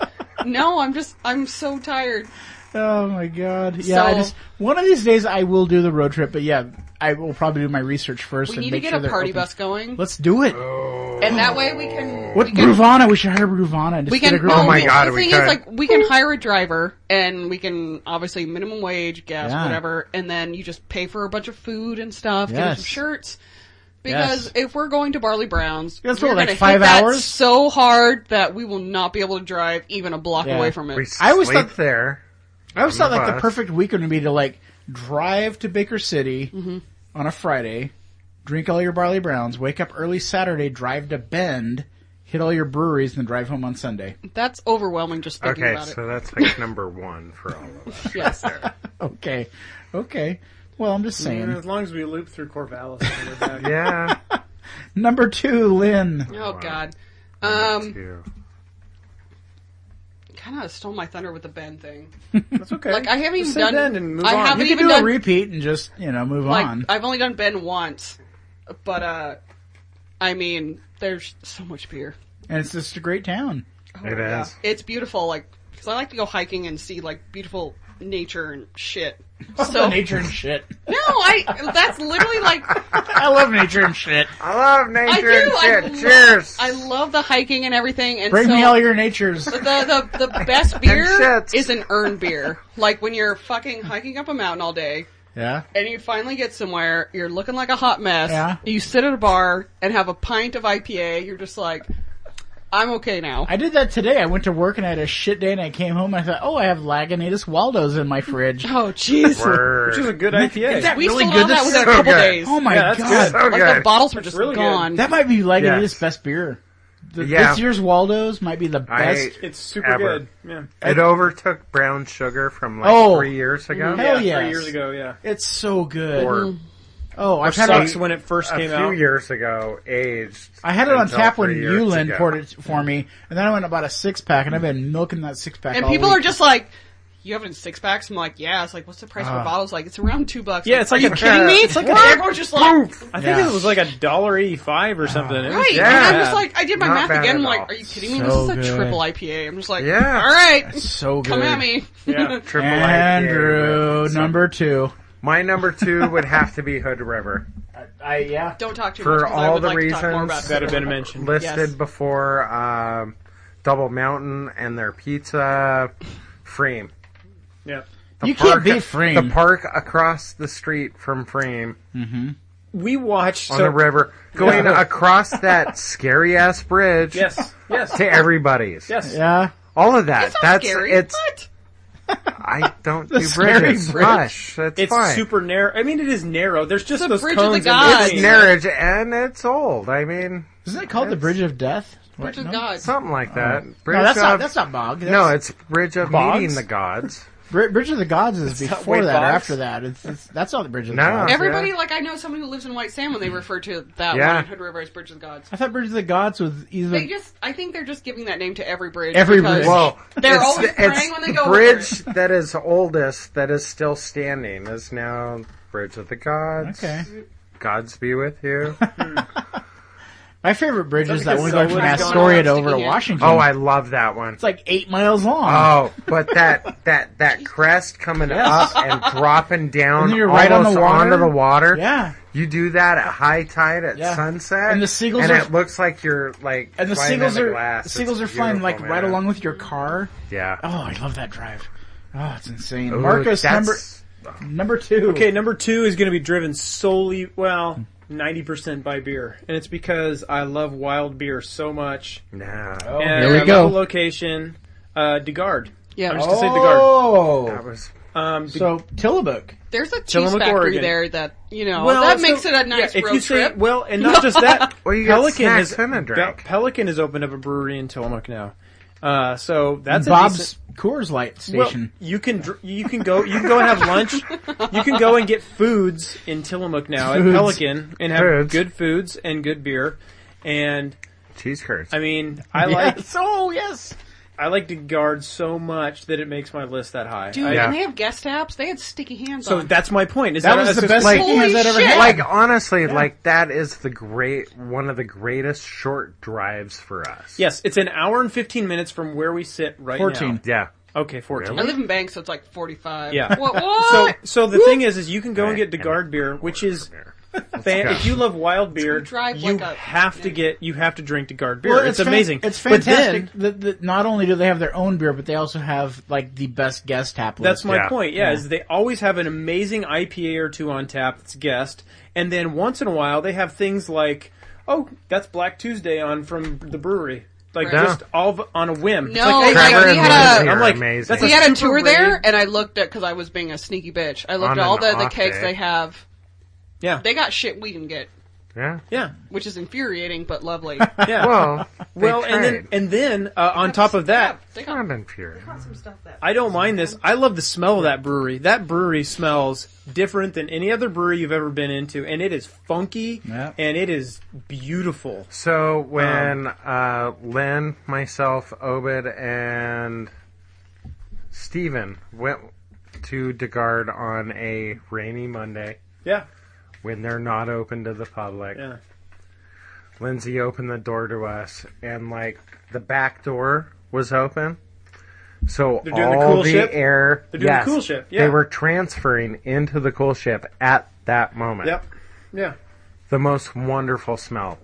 "No, I'm just, I'm so tired." Oh my god. Yeah, I So- just one of these days I will do the road trip, but yeah, I will probably do my research first We and need to make get sure a they're party open. bus going, Let's do it. and that way we can what we can, Gruvana? We should hire Gruvana and just we get can a group. well, Oh my God, The we thing could. is, like, we can hire a driver, and we can obviously minimum wage, gas, Yeah. whatever, and then you just pay for a bunch of food and stuff, get her Yes. some shirts. Because Yes. if we're going to Barley Browns, That's we're what, like, gonna hit five that hours? so hard that we will not be able to drive even a block Yeah. away from it. We I I always was thought- sleep there. I always thought like the bus. perfect weekend would be to like drive to Baker City Mm-hmm. on a Friday, drink all your barley browns, wake up early Saturday, drive to Bend, hit all your breweries, and then drive home on Sunday. That's overwhelming just thinking Okay, about it. so that's like number one for all of us. Yes. Oh, Okay, okay. Well, I'm just saying. As long as we loop through Corvallis, and we're back. Yeah. Um, Number two, Lynn. Oh God. Um, too. kind of stole my thunder with the Ben thing. that's okay. Like I haven't even Just say done. Ben and move I on. haven't You can even do a done. repeat and just you know move like uh, on. I've only done Ben once, but uh, I mean, there's so much beer. And it's just a great town. It oh, Yeah. is. It's beautiful. Like because I like to go hiking and see like beautiful nature and shit. So no, nature and shit. I that's literally like I love nature and shit. I love I nature do. I and shit. love, Cheers. I love the hiking and everything. And Bring so, me all your natures. the, the, the best beer shits. is an urn beer. Like when you're fucking hiking up a mountain all day Yeah. and you finally get somewhere, you're looking like a hot mess. Yeah. You sit at a bar and have a pint of IPA. You're just like, I'm okay now. I did that today. I went to work and I had a shit day and I came home and I thought, oh, I have Lagunitas Waldos in my fridge. oh jeez. Word. which is a good IPA. that We really sold good? out that That's within a so couple good. days. Oh my Yeah, that's god. so like good. the bottles were just really good. gone. That might be Lagunitas' Yes. best beer. The, Yeah. This year's Waldos might be the I- best. It's super Ever. good. Yeah. it overtook brown sugar from like Oh. three years ago. Hell yeah, yes. three years ago. Yeah, it's so good. Or oh, I've had sucks it. when it first a came few out. years ago, aged. I had it on until tap when three years Yulin ago. poured it for me, and then I went and bought a six pack, and I've been milking that six pack. and all people week. are just like, you have it in six packs? I'm like, yeah. It's like, what's the price for bottles? Like, it's around two bucks. Yeah, it's like are you a- kidding me? it's like a- And everyone's just like, I think Yeah. it was like a dollar eighty-five Uh-huh. or something. It was Right. Yeah. And I'm just like, I did my Not math bad again. at I'm all. like, are you kidding me? So this is a good. triple IPA. I'm just like, Yeah. all right, so good. come at me. Yeah. Triple IPA, Andrew, but- number two. My number two would have to be Hood River. I yeah. Don't talk too For much. 'cause I all would the like to talk more about reasons it. that have been mentioned. Listed Yes. before um, Double Mountain and their pizza frame. Yeah. You can't beat The Frame. park across the street from Frame We watched on so, the river, going across that scary ass bridge Yes. Yes. to everybody's. Yes. yeah. All of that. It's not That's scary. it's. What? I don't do scary bridges. bridge. Hush. That's It's fine. super narrow. I mean, it is narrow. There's just The those Bridge of the cones. Gods. and It's narrow and it's old. I mean, Isn't it called the Bridge of Death? Bridge What? of No? God. something like that. Bridge No, that's of, not that's not Bog. That's, no, it's Bridge of Bogs? Meeting the Gods. Bri- Bridge of the Gods is not- before wait, that or Boggs? after that. It's, it's that's not the Bridge of the No. Gods. Everybody, like, I know someone who lives in White Sand when they refer to that Yeah. one in Hood River as Bridge of the Gods. I thought Bridge of the Gods was either They just, I think they're just giving that name to every bridge. Every because bridge. Whoa. They're it's, always it's praying when they the go over bridge that is oldest that is still standing is now Bridge of the Gods. okay. Gods be with you. My favorite bridge is that because one going from Selwood is gone Astoria on to over to sticking in? Washington. oh, I love that one. it's like eight miles long. Oh, but that that that crest coming up and dropping down And you're right on the almost water. onto the water. yeah. You do that at high tide at Yeah. sunset, And the seagulls and are- it looks like you're like And the flying in seagulls the are glass. the It's seagulls are flying like beautiful, right man. along with your car. Yeah, Oh, I love that drive. Oh, it's insane. Ooh, Marcus that's- number number two. Okay, number two is going to be driven solely. Well, 90% by beer. And it's because I love wild beer so much. Nah, and There we I go. love the location, uh, DeGard. Yeah. I'm just going to say DeGard. that Oh, was Um, De- so Tillamook. There's a cheese Tillamook, factory Oregon. there that you know Oh, that so- makes it a nice yeah, if road you say- trip. well, and not just that. Well, you get Pelican snacks has and a drink. Pe- Pelican has opened up a brewery in Tillamook now. Uh, so that's a Bob's decent, Coors Light well, station. you can dr- you can go you can go and have lunch. you can go and get foods in Tillamook now at Foods. Pelican and have Foods. good foods and good beer. And cheese curds. I mean, I like yes. Oh, yes. I like to guard so much that it makes my list that high. Dude, I- Yeah. and they have guest taps. They had sticky hands so on. that's my point. Is That that, was that's the just best like- steak hands I'd ever shit. had. like honestly, like that is the great one of the greatest short drives for us. Yes, it's an hour and fifteen minutes from where we sit right 14. Yeah. now. Okay, fourteen. I live in Banks, so it's like 45. Yeah. What? what? So, so the thing is, is you can go and Right, get the and guard beer, which is, Beer. fan- if you love wild beer, drive you like a- have to get, you have to drink the guard beer. Well, it's, fan- amazing. It's But fantastic. then, that, that not only do they have their own beer, but they also have like the best guest tap list. that's my Yeah. point. Yeah, is they always have an amazing IPA or two on tap that's guest, and then once in a while they have things like, oh, that's Black Tuesday on from the brewery, like Yeah. just all of- on a whim. It's No, like, like, Trevor we and had Lindsay a- are I'm like, amazing. that's we a had a super tour there, rave. and I looked at because I was being a sneaky bitch. I looked On at all an the, the off kegs day. they have. yeah, They got shit we didn't get, Yeah. yeah, which is infuriating but lovely. yeah. Well, they well, and then tried. and then uh, on top of that, they got Not infuriating. I don't mind this. I love the smell of that brewery. That brewery smells different than any other brewery you've ever been into, and it is funky Yeah. and it is beautiful. So when Um, uh, Lynn, myself, Obed, and Steven went to DeGard on a rainy Monday Yeah, when they're not open to the public, yeah, Lindsay opened the door to us, and like the back door was open. So They're doing the all the, cool ship? air, They're doing the yes, cool ship, yeah. they were transferring into the cool ship at that moment. yep, yeah, the most wonderful smell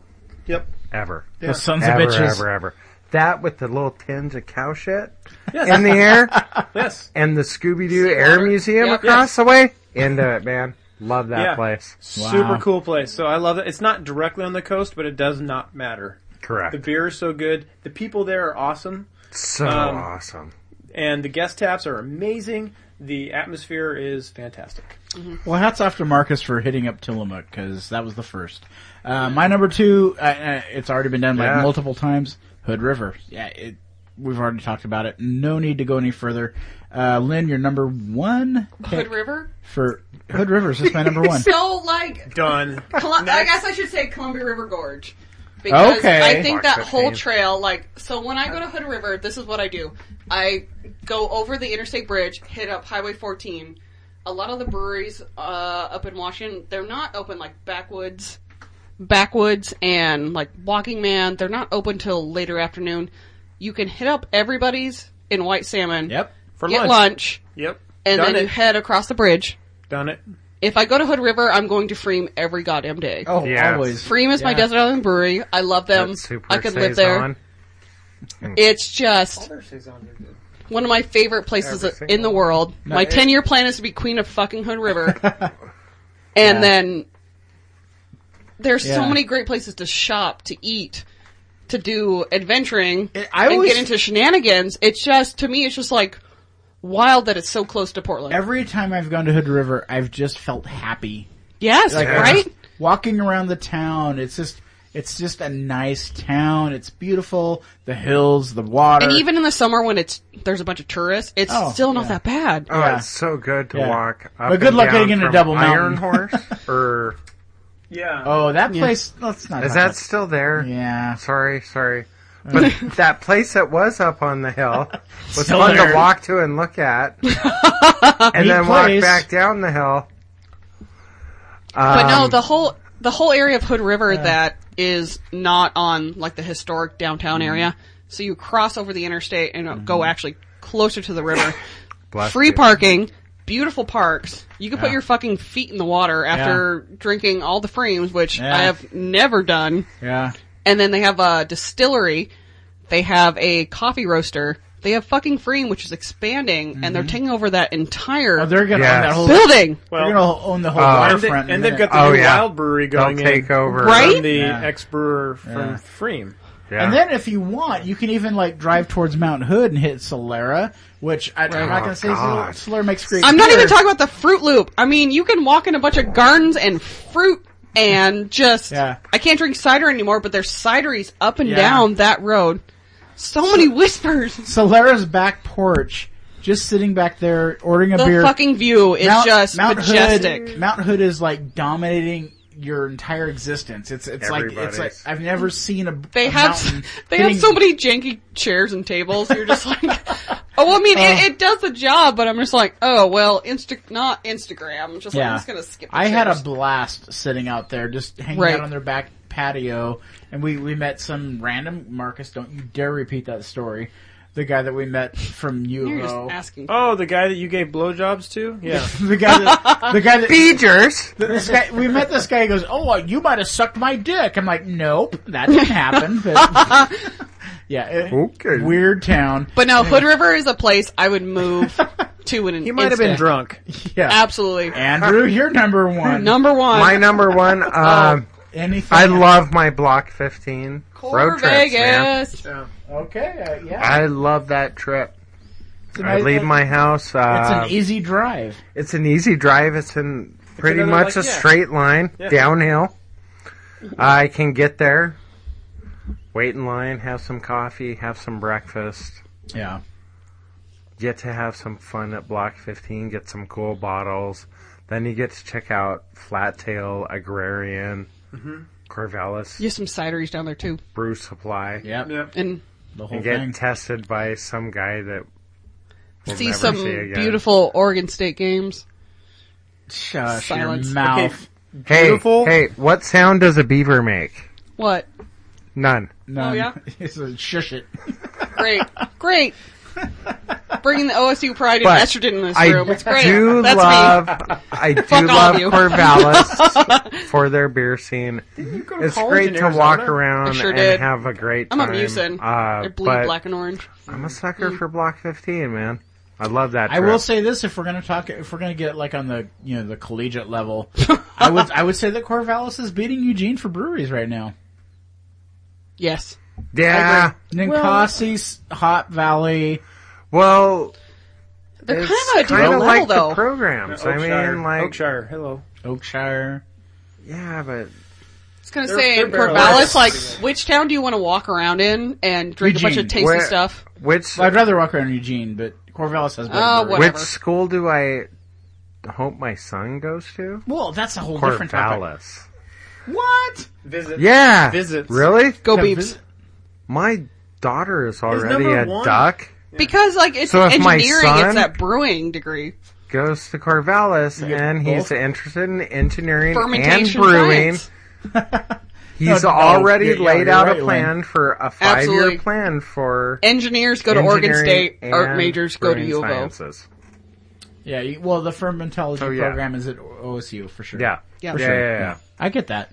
yep. ever. Those sons ever, of bitches. ever, ever. That with the little tinge of cow shit in the air Yes, and the Scooby Doo Air Museum Yep. across the way. Into it, man. Love that Yeah. place. super cool place. So I love it. It's not directly on the coast, but it does not matter. Correct. The beer is so good. The people there are awesome, so um, awesome. and the guest taps are amazing. The atmosphere is fantastic. Well, hats off to Marcus for hitting up Tillamook because that was the first. Uh, my number two, uh, uh, it's already been done Yeah. like multiple times. Hood River. Yeah, it, we've already talked about it. No need to go any further. Uh, Lynn, your number one Hood pick River. for Hood Rivers is my number one. So like Done. Colum- I guess I should say Columbia River Gorge. Because Okay. I think that Mark whole 15. trail, like, so when I go to Hood River, this is what I do. I go over the interstate bridge, hit up Highway 14. A lot of the breweries uh, up in Washington, they're not open like Backwoods, Backwoods, and like Walking Man. They're not open till later afternoon. You can hit up everybody's in White Salmon. Yep. For Get lunch, lunch. Yep. and Done then you it. head across the bridge. Done it. If I go to Hood River, I'm going to Freem every goddamn day. Oh, Yes. always. Freem is my Yeah. desert island brewery. I love them. That super I could live there. saison. It's just one of my favorite places Everything. in the world. my ten year plan is to be queen of fucking Hood River. and then there's so Yeah. many great places to shop, to eat, to do adventuring, I and always- get into shenanigans. It's just to me it's just like wild that it's so close to Portland. Every time I've gone to Hood River, I've just felt happy. yes, right? Walking around the town, it's just, it's just a nice town. It's beautiful. The hills, the water. And even in the summer when it's there's a bunch of tourists, it's Oh, still not yeah. that bad. Oh, Yeah. it's so good to Yeah. walk up But good and luck down getting into from Double Iron Mountain. Horse? or Yeah. Oh, that place. Let's not. is talk that still there? about- Yeah. Uh. Sorry, sorry. But that place that was up on the hill was Still fun there. to walk to and look at, and then walk place. back down the hill. But Um, no, the whole the whole area of Hood River that is not on like the historic downtown Mm-hmm. area. So you cross over the interstate and uh, go actually closer to the river. Bless Free you. parking, beautiful parks. You can put your fucking feet in the water after drinking all the frames, which Yeah. I have never done. Yeah. And then they have a distillery. They have a coffee roaster They have fucking Freem, which is expanding, and Mm-hmm. they're taking over that entire Oh, they're gonna own Yes. that whole. building. Well, they're gonna own the whole and, they, waterfront. in a and they've minute. got the Oh, new yeah. wild brewery They'll going take in. over. uh, Right? From the Yeah. ex brewer from Yeah. Freem. Yeah. And then if you want, you can even like drive towards Mount Hood and hit Solera, which I, I'm not going to say Sol- Oh, God. Solera makes great. I'm not beer. even talking about the Fruit Loop. I mean, you can walk in a bunch of gardens and fruit and just. Yeah. I can't drink cider anymore, but there's cideries up and Yeah. down that road. So many whispers. Solera's back porch, just sitting back there ordering a The beer. fucking view is just majestic. Hood, Mount Hood is like dominating your entire existence. It's it's like it's like Everybody's. I've never seen a. They a have mountain they hitting- have so many janky chairs and tables. You're just like, oh, well, I mean, it, it does the job, but I'm just like, oh, well, Insta not Instagram. I'm just like, I'm just gonna skip. the I had a chairs. blast sitting out there, just hanging Right. out on their back patio, and we we met some random Marcus. Don't you dare repeat that story. The guy that we met from UO. You're just asking. Oh, the guy that you gave blowjobs to? Yeah. the guy that the guy that Beegers. this guy we met this guy he goes oh well, you might have sucked my dick i'm like nope that didn't happen but yeah it- Okay. weird town But no, Hood River is a place I would move to in an He might have been instant. drunk. yeah Absolutely. andrew you're number one Number one. My number one. Um, anything I love my Block 15 road trips, man. Vegas. okay uh, yeah I love that trip. it's a I nice- leave my house. Uh, it's an e- easy drive It's an easy drive. It's in pretty another, much like, a yeah. straight line Yeah. downhill. I can get there, wait in line, have some coffee, have some breakfast, yeah get to have some fun at Block 15, get some cool bottles. Then you get to check out Flat Tail, Agrarian, Mm-hmm. Corvallis, You have some cideries down there too, Brew Supply, yeah and the whole and get thing tested by some guy that we'll see never some see again. beautiful Oregon State games. Shush your Silence. mouth hey, beautiful- Hey, what sound does a beaver make? What? None. no Oh, yeah? it's a shush it Great, great. Bringing the OSU pride and But estrogen in this I room. It's great. do That's love, me. I do Fuck all love of you. Corvallis for their beer scene. It's great to walk around sure and did. have a great I'm time. a Musin. Uh, I bleed but black and orange. I'm a sucker for Block 15, man. I love that. I trip. will say this: if we're gonna talk, if we're gonna get like on the you know the collegiate level, I would I would say that Corvallis is beating Eugene for breweries right now. Yes. yeah. Ninkasi, Hot Valley, Well, They're it's kind of a kinda different like level though. the programs. I mean, like, Oakshire, hello. Oakshire. yeah, but I was gonna say in they're barrels. Corvallis, like, which town do you want to walk around in and drink a bunch Eugene. of tasty Where- stuff? which Well, I'd rather walk around Eugene, but Corvallis has better. Oh, breweries. whatever. which school do I hope my son goes to? Well, that's a whole different topic. Corvallis. What? Visit. Yeah. Visits. Really? Go Yeah, Beeps. visit- My daughter is already number a one. duck. Because like it's So if my engineering, son- it's that brewing degree. Goes to Corvallis, get and he's both? interested in engineering and Fermentation brewing. science. He's No, no, already yeah, yeah, laid you're out right, a Lynn. plan for a five-year Absolutely. plan for Engineers go to Oregon State. engineering Art and majors go to brewing U of O. sciences. Yeah. you- Well, the fermentology So, Oh, yeah. program is at O- OSU for sure. Yeah. Yeah. Yeah, For yeah, sure. yeah, Yeah. I get that.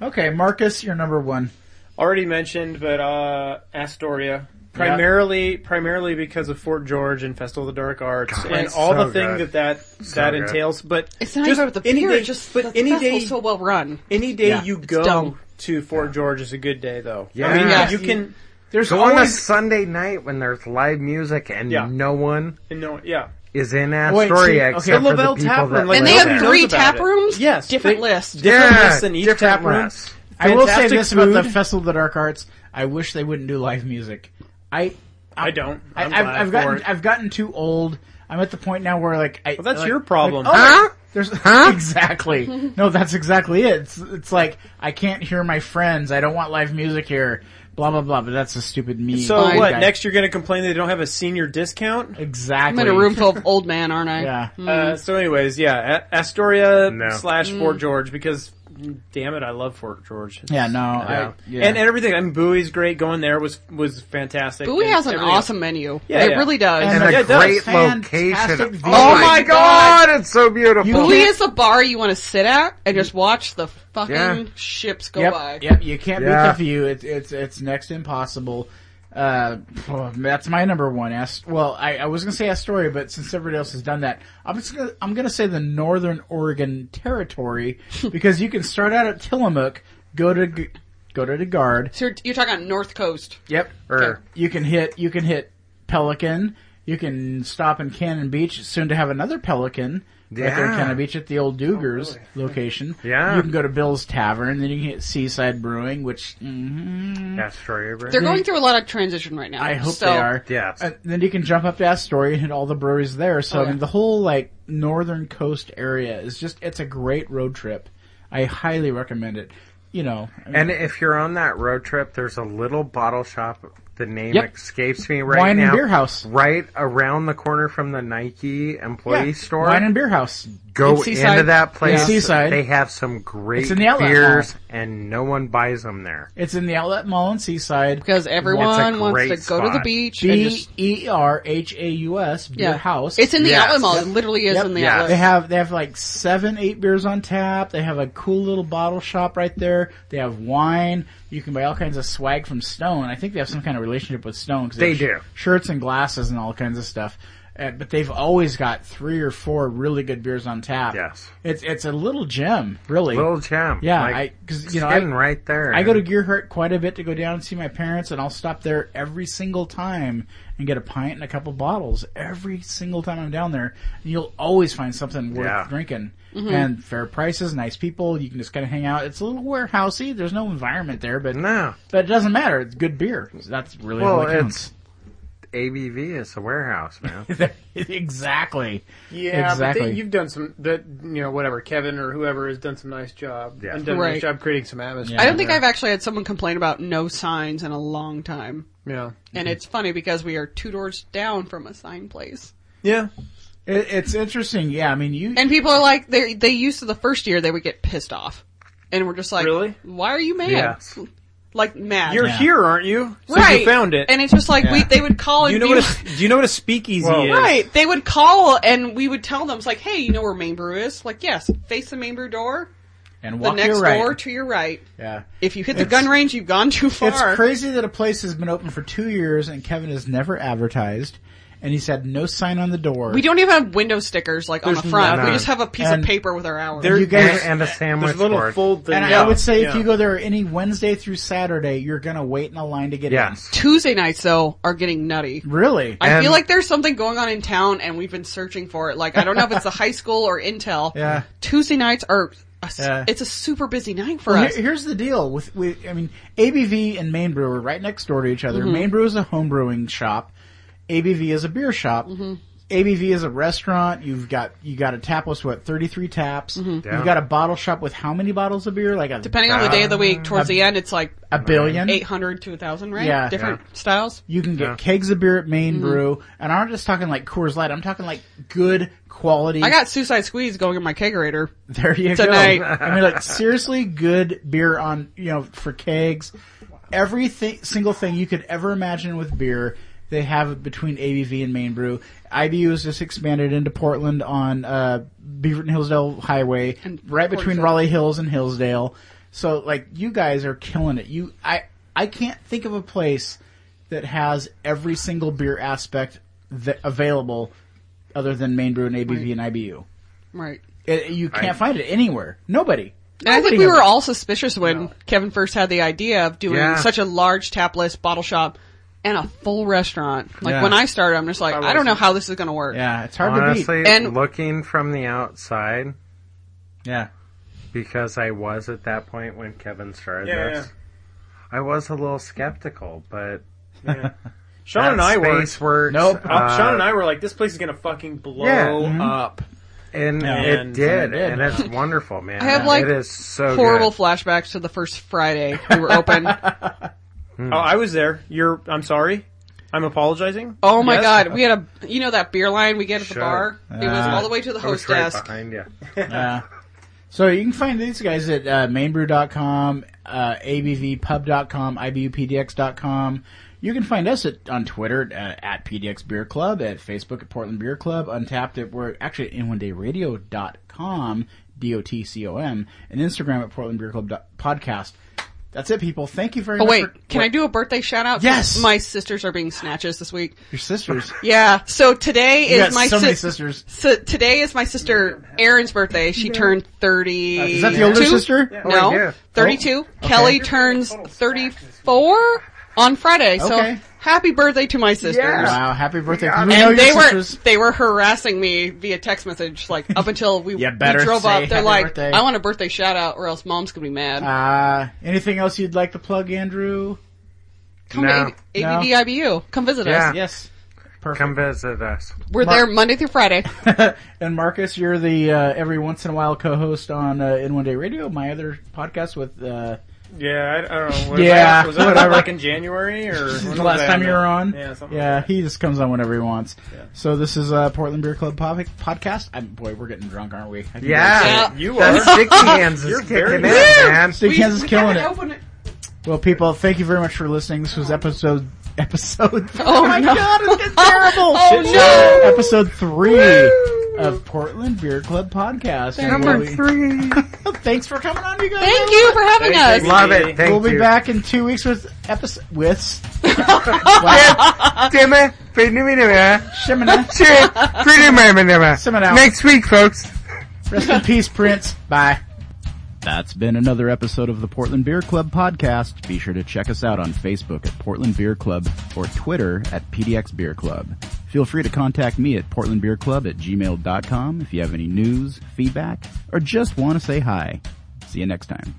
Okay, Marcus, you're number one. already mentioned, but uh, Astoria. Primarily, primarily because of Fort George and Festival of the Dark Arts and it's all so the thing good. that that, that good. entails. But It's not just even about the any beer, day, it's just but the any day, festival's so well run. any day Yeah. you go dumb. to Fort George is a good day, though. Yeah. I mean, Yes. you can. There's Go on a always Sunday night when there's live music and Yeah. no one No, yeah. is in Wait, see, Astoria okay. except The for the Lovell people Tavern, that like, live And they Nobody have there. knows three about tap it. rooms? Yes, Different they- lists. Different Yeah, lists in each different tap room. lists. I will say Fantastic this about the food. Festival of the Dark Arts. I wish they wouldn't do live music. I I don't. I, I'm I've, glad I've for gotten it. I've gotten too old. I'm at the point now where like I, Well, that's like- your problem. like, oh, Huh? There's exactly no. That's exactly it. It's, it's like I can't hear my friends. I don't want live music here. Blah blah blah. But that's a stupid me. so Fine. what? guy. Next, you're going to complain they don't have a senior discount? Exactly. I'm in a room full of old man, aren't I? Yeah. Uh, so, anyways, yeah, A- Astoria No. slash Mm. Fort George because, damn it, I love Fort George. It's- Yeah. No. I, Yeah. yeah. And, and everything. I mean, Bowie's great. Going there was was fantastic. Bowie And has an everything else. awesome menu. Yeah, it yeah. really does. And And Yeah, a it does. great Fantastic location. view. Oh my my God. god, it's so beautiful. You- Bowie is a bar you want to sit at and just watch the fucking Yeah. ships go yep. by. Yep. You can't beat Yeah. the view. It's it's it's next to impossible. Uh, oh, that's my number one. Ast- well, I, I was gonna say Astoria, but since everybody else has done that, I'm just gonna I'm gonna say the Northern Oregon Territory because you can start out at Tillamook, go to G- go to DeGard, So you're, you're talking on North Coast. Yep. Or- you can hit you can hit Pelican. You can stop in Cannon Beach, soon to have another Pelican right there in Yeah. Oh, Cannon Beach at the old Duger's location. Yeah. You can go to Bill's Tavern, then you can hit Seaside Brewing, which mm, That's true. They're going through a lot of transition right now. I hope so they are. Yes. And then you can jump up to Astoria and hit all the breweries there. So Oh, I mean, yeah. the whole like northern coast area is just it's a great road trip. I highly recommend it. You know, I mean, And if you're on that road trip, there's a little bottle shop. The name Yep. escapes me right wine now. and beer house. Right around the corner from the Nike employee Yeah, store. Wine and beer house. Go in Seaside. into that place. Yeah. Seaside. They have some great It's in the outlet beers, and no one buys them there. It's in the outlet mall in Seaside. because everyone wants great to go to the spot. beach and B just E R H A U S beer yeah. house. It's in the Yes. outlet mall. It literally is Yep. in the Yeah. outlet. they have they have like seven eight beers on tap. They have a cool little bottle shop right there. They have wine. You can buy all kinds of swag from Stone. I think they have some kind of relationship with Stone. 'cause They have do. shirts and glasses and all kinds of stuff. Uh, but they've always got three or four really good beers on tap. Yes. it's it's a little gem, really. Little gem. yeah, Like, I because you it's know hidden I, right there. I go to Gearhart quite a bit to go down and see my parents, and I'll stop there every single time and get a pint and a couple bottles every single time I'm down there. And you'll always find something worth Yeah. drinking. Mm-hmm. And fair prices, nice people. You can just kind of hang out. It's a little warehousey. There's no environment there, but no. but it doesn't matter. It's good beer. That's really Well, all that counts. ABV is a warehouse, man. exactly. Yeah, but Exactly. they, you've done some that you know whatever Kevin or whoever has done some nice job Yeah. and done a Right. nice job creating some atmosphere. I don't think I've actually had someone complain about no signs in a long time. Yeah, And it's funny because we are two doors down from a sign place. yeah. It, it's interesting. Yeah, I mean, you And people are like, they they used to the first year they would get pissed off, and we're just like, Really? Why are you mad? Yes. Like mad. You're here, aren't you? So right. You found it. And it's just like we they would call and you know be what? like- A, do you know what a speakeasy Well, is? right. They would call and we would tell them it's like, hey, you know where main brew is? Like, yes, face the main brew door, and the walk next your right. door to your right. Yeah. If you hit the gun range, you've gone too far. It's crazy that a place has been open for two years and Kevin has never advertised, and he's had no sign on the door. We don't even have window stickers like on the front. We just have a piece And of paper with our hours. You guys, and, and a There's sandwich a little board. fold thing. and I- yeah. I would say if Yeah. you go there any Wednesday through Saturday, you're gonna wait in a line to get Yes. Tuesday nights though are getting nutty. in. Really? I And- feel like there's something going on in town and we've been searching for it. Like, I don't know if it's the high school or Intel. Yeah. Tuesday nights are, a s- Yeah. it's a super busy night for Well, us. here- here's the deal with, with I mean, ABV and Main Brew are right next door to each Mm-hmm. other. Main Brew is a home brewing shop. ABV is a beer shop. Mm-hmm. ABV is a restaurant. You've got you got a tap list what thirty three taps. Yeah. Mm-hmm. You've got a bottle shop with how many bottles of beer? Like a, Depending on the day of the Uh, week, towards the end, it's like a billion. 800 to 1,000, right? Yeah. Different styles. You can get kegs of beer at Main Mm-hmm. Brew, and I'm not just talking like Coors Light. I'm talking like good quality. I got Suicide Squeeze going in my kegerator. there you tonight. go. I mean, like seriously, good beer on you know for kegs. Everything, single thing you could ever imagine with beer, they have between ABV and Main Brew. IBU has just expanded into Portland on uh, Beaverton Hillsdale Highway, And right between Portside. Raleigh Hills and Hillsdale. So like, you guys are killing it. You, I, I can't think of a place that has every single beer aspect that available other than Main Brew and ABV and IBU. Right. It, you can't find it anywhere. Nobody. And I think Nobody we has were it. all suspicious when Kevin first had the idea of doing Yeah. such a large tap list bottle shop and a full restaurant. Like Yeah. when I started, I'm just like, I, don't know how this is going to work. Yeah, it's hard to Honestly, beat. And- looking from the outside, Yeah, because I was at that point when Kevin started Yeah, this, I was a little skeptical, but Sean that and I were. space works. Nope. uh, Sean and I were like, this place is gonna fucking blow Yeah. Mm-hmm. up. and and- it did, and it did. and it's wonderful, man. I have, like, it is so horrible Good. flashbacks to the first Friday we were open. Mm. Oh, I was there. You're. I'm sorry. I'm apologizing. Oh my Yes. god, we had a you know that beer line we get at the Sure. bar. it was all the way to the I was host right desk. behind you. yeah. Uh, So you can find these guys at uh, mainbrew.com, uh, abvpub.com, ibupdx.com. You can find us at, on Twitter uh, at PDX Beer Club, at Facebook at Portland Beer Club, Untapped at we're actually at inonedayradio.com, D O T C O M, and Instagram at Portland Beer Club dot- podcast. That's it, people. Thank you very Oh much. wait, for- can I do a birthday shout out? Yes! My sisters are being snatches this week. Your sisters. Yeah. So today You is got my so many sis- sisters. so today is my sister Erin's birthday. She turned thirty. Uh, Is that the older two? sister? Oh, No, yeah. thirty-two. Kelly turns thirty-four on Friday. Okay. So happy birthday to my sisters. Wow, happy birthday. We know And your they were sisters. they were harassing me via text message, like up until we, You we better drove say up. They're happy like, birthday. "I want a birthday shout out, or else mom's gonna be mad." Uh, anything else you'd like to plug, Andrew? Come No. to A- ABBIBU. Come visit Yeah. us. Yes. Come visit us. We're there Monday through Friday. And Marcus, you're the uh, every once in a while co-host on uh, In One Day Radio, my other podcast with. Uh, Yeah, I, I don't know. What Yeah, was that whatever. like in January or when was the last that? time you were on, Yeah, something yeah, like that. he just comes on whenever he wants. So this is uh, Portland Beer Club pod- podcast. I'm, boy, we're getting drunk, aren't we? I can Yeah. Yeah. You That are. stick hands is You're kicking in, very- man. see Kansas killing it. gotta open Well, people, thank you very much for listening. This was episode episode. Oh, no. it's getting terrible. Oh, Shit. no. Episode three of Portland Beer Club podcast. And Number we'll be- three. Thanks for coming on, you guys. Thank you for having us. Love it. Thank we'll be you. back in two weeks with episode with Damn it. Pretty new, new, uh, Shimina. shit. Pretty new, new, Simon new. out. Next week, folks. Rest in peace, Prince. Bye. That's been another episode of the Portland Beer Club podcast. Be sure to check us out on Facebook at Portland Beer Club or Twitter at PDX Beer Club. Feel free to contact me at portlandbeerclub at gmail.com if you have any news, feedback, or just want to say hi. See you next time.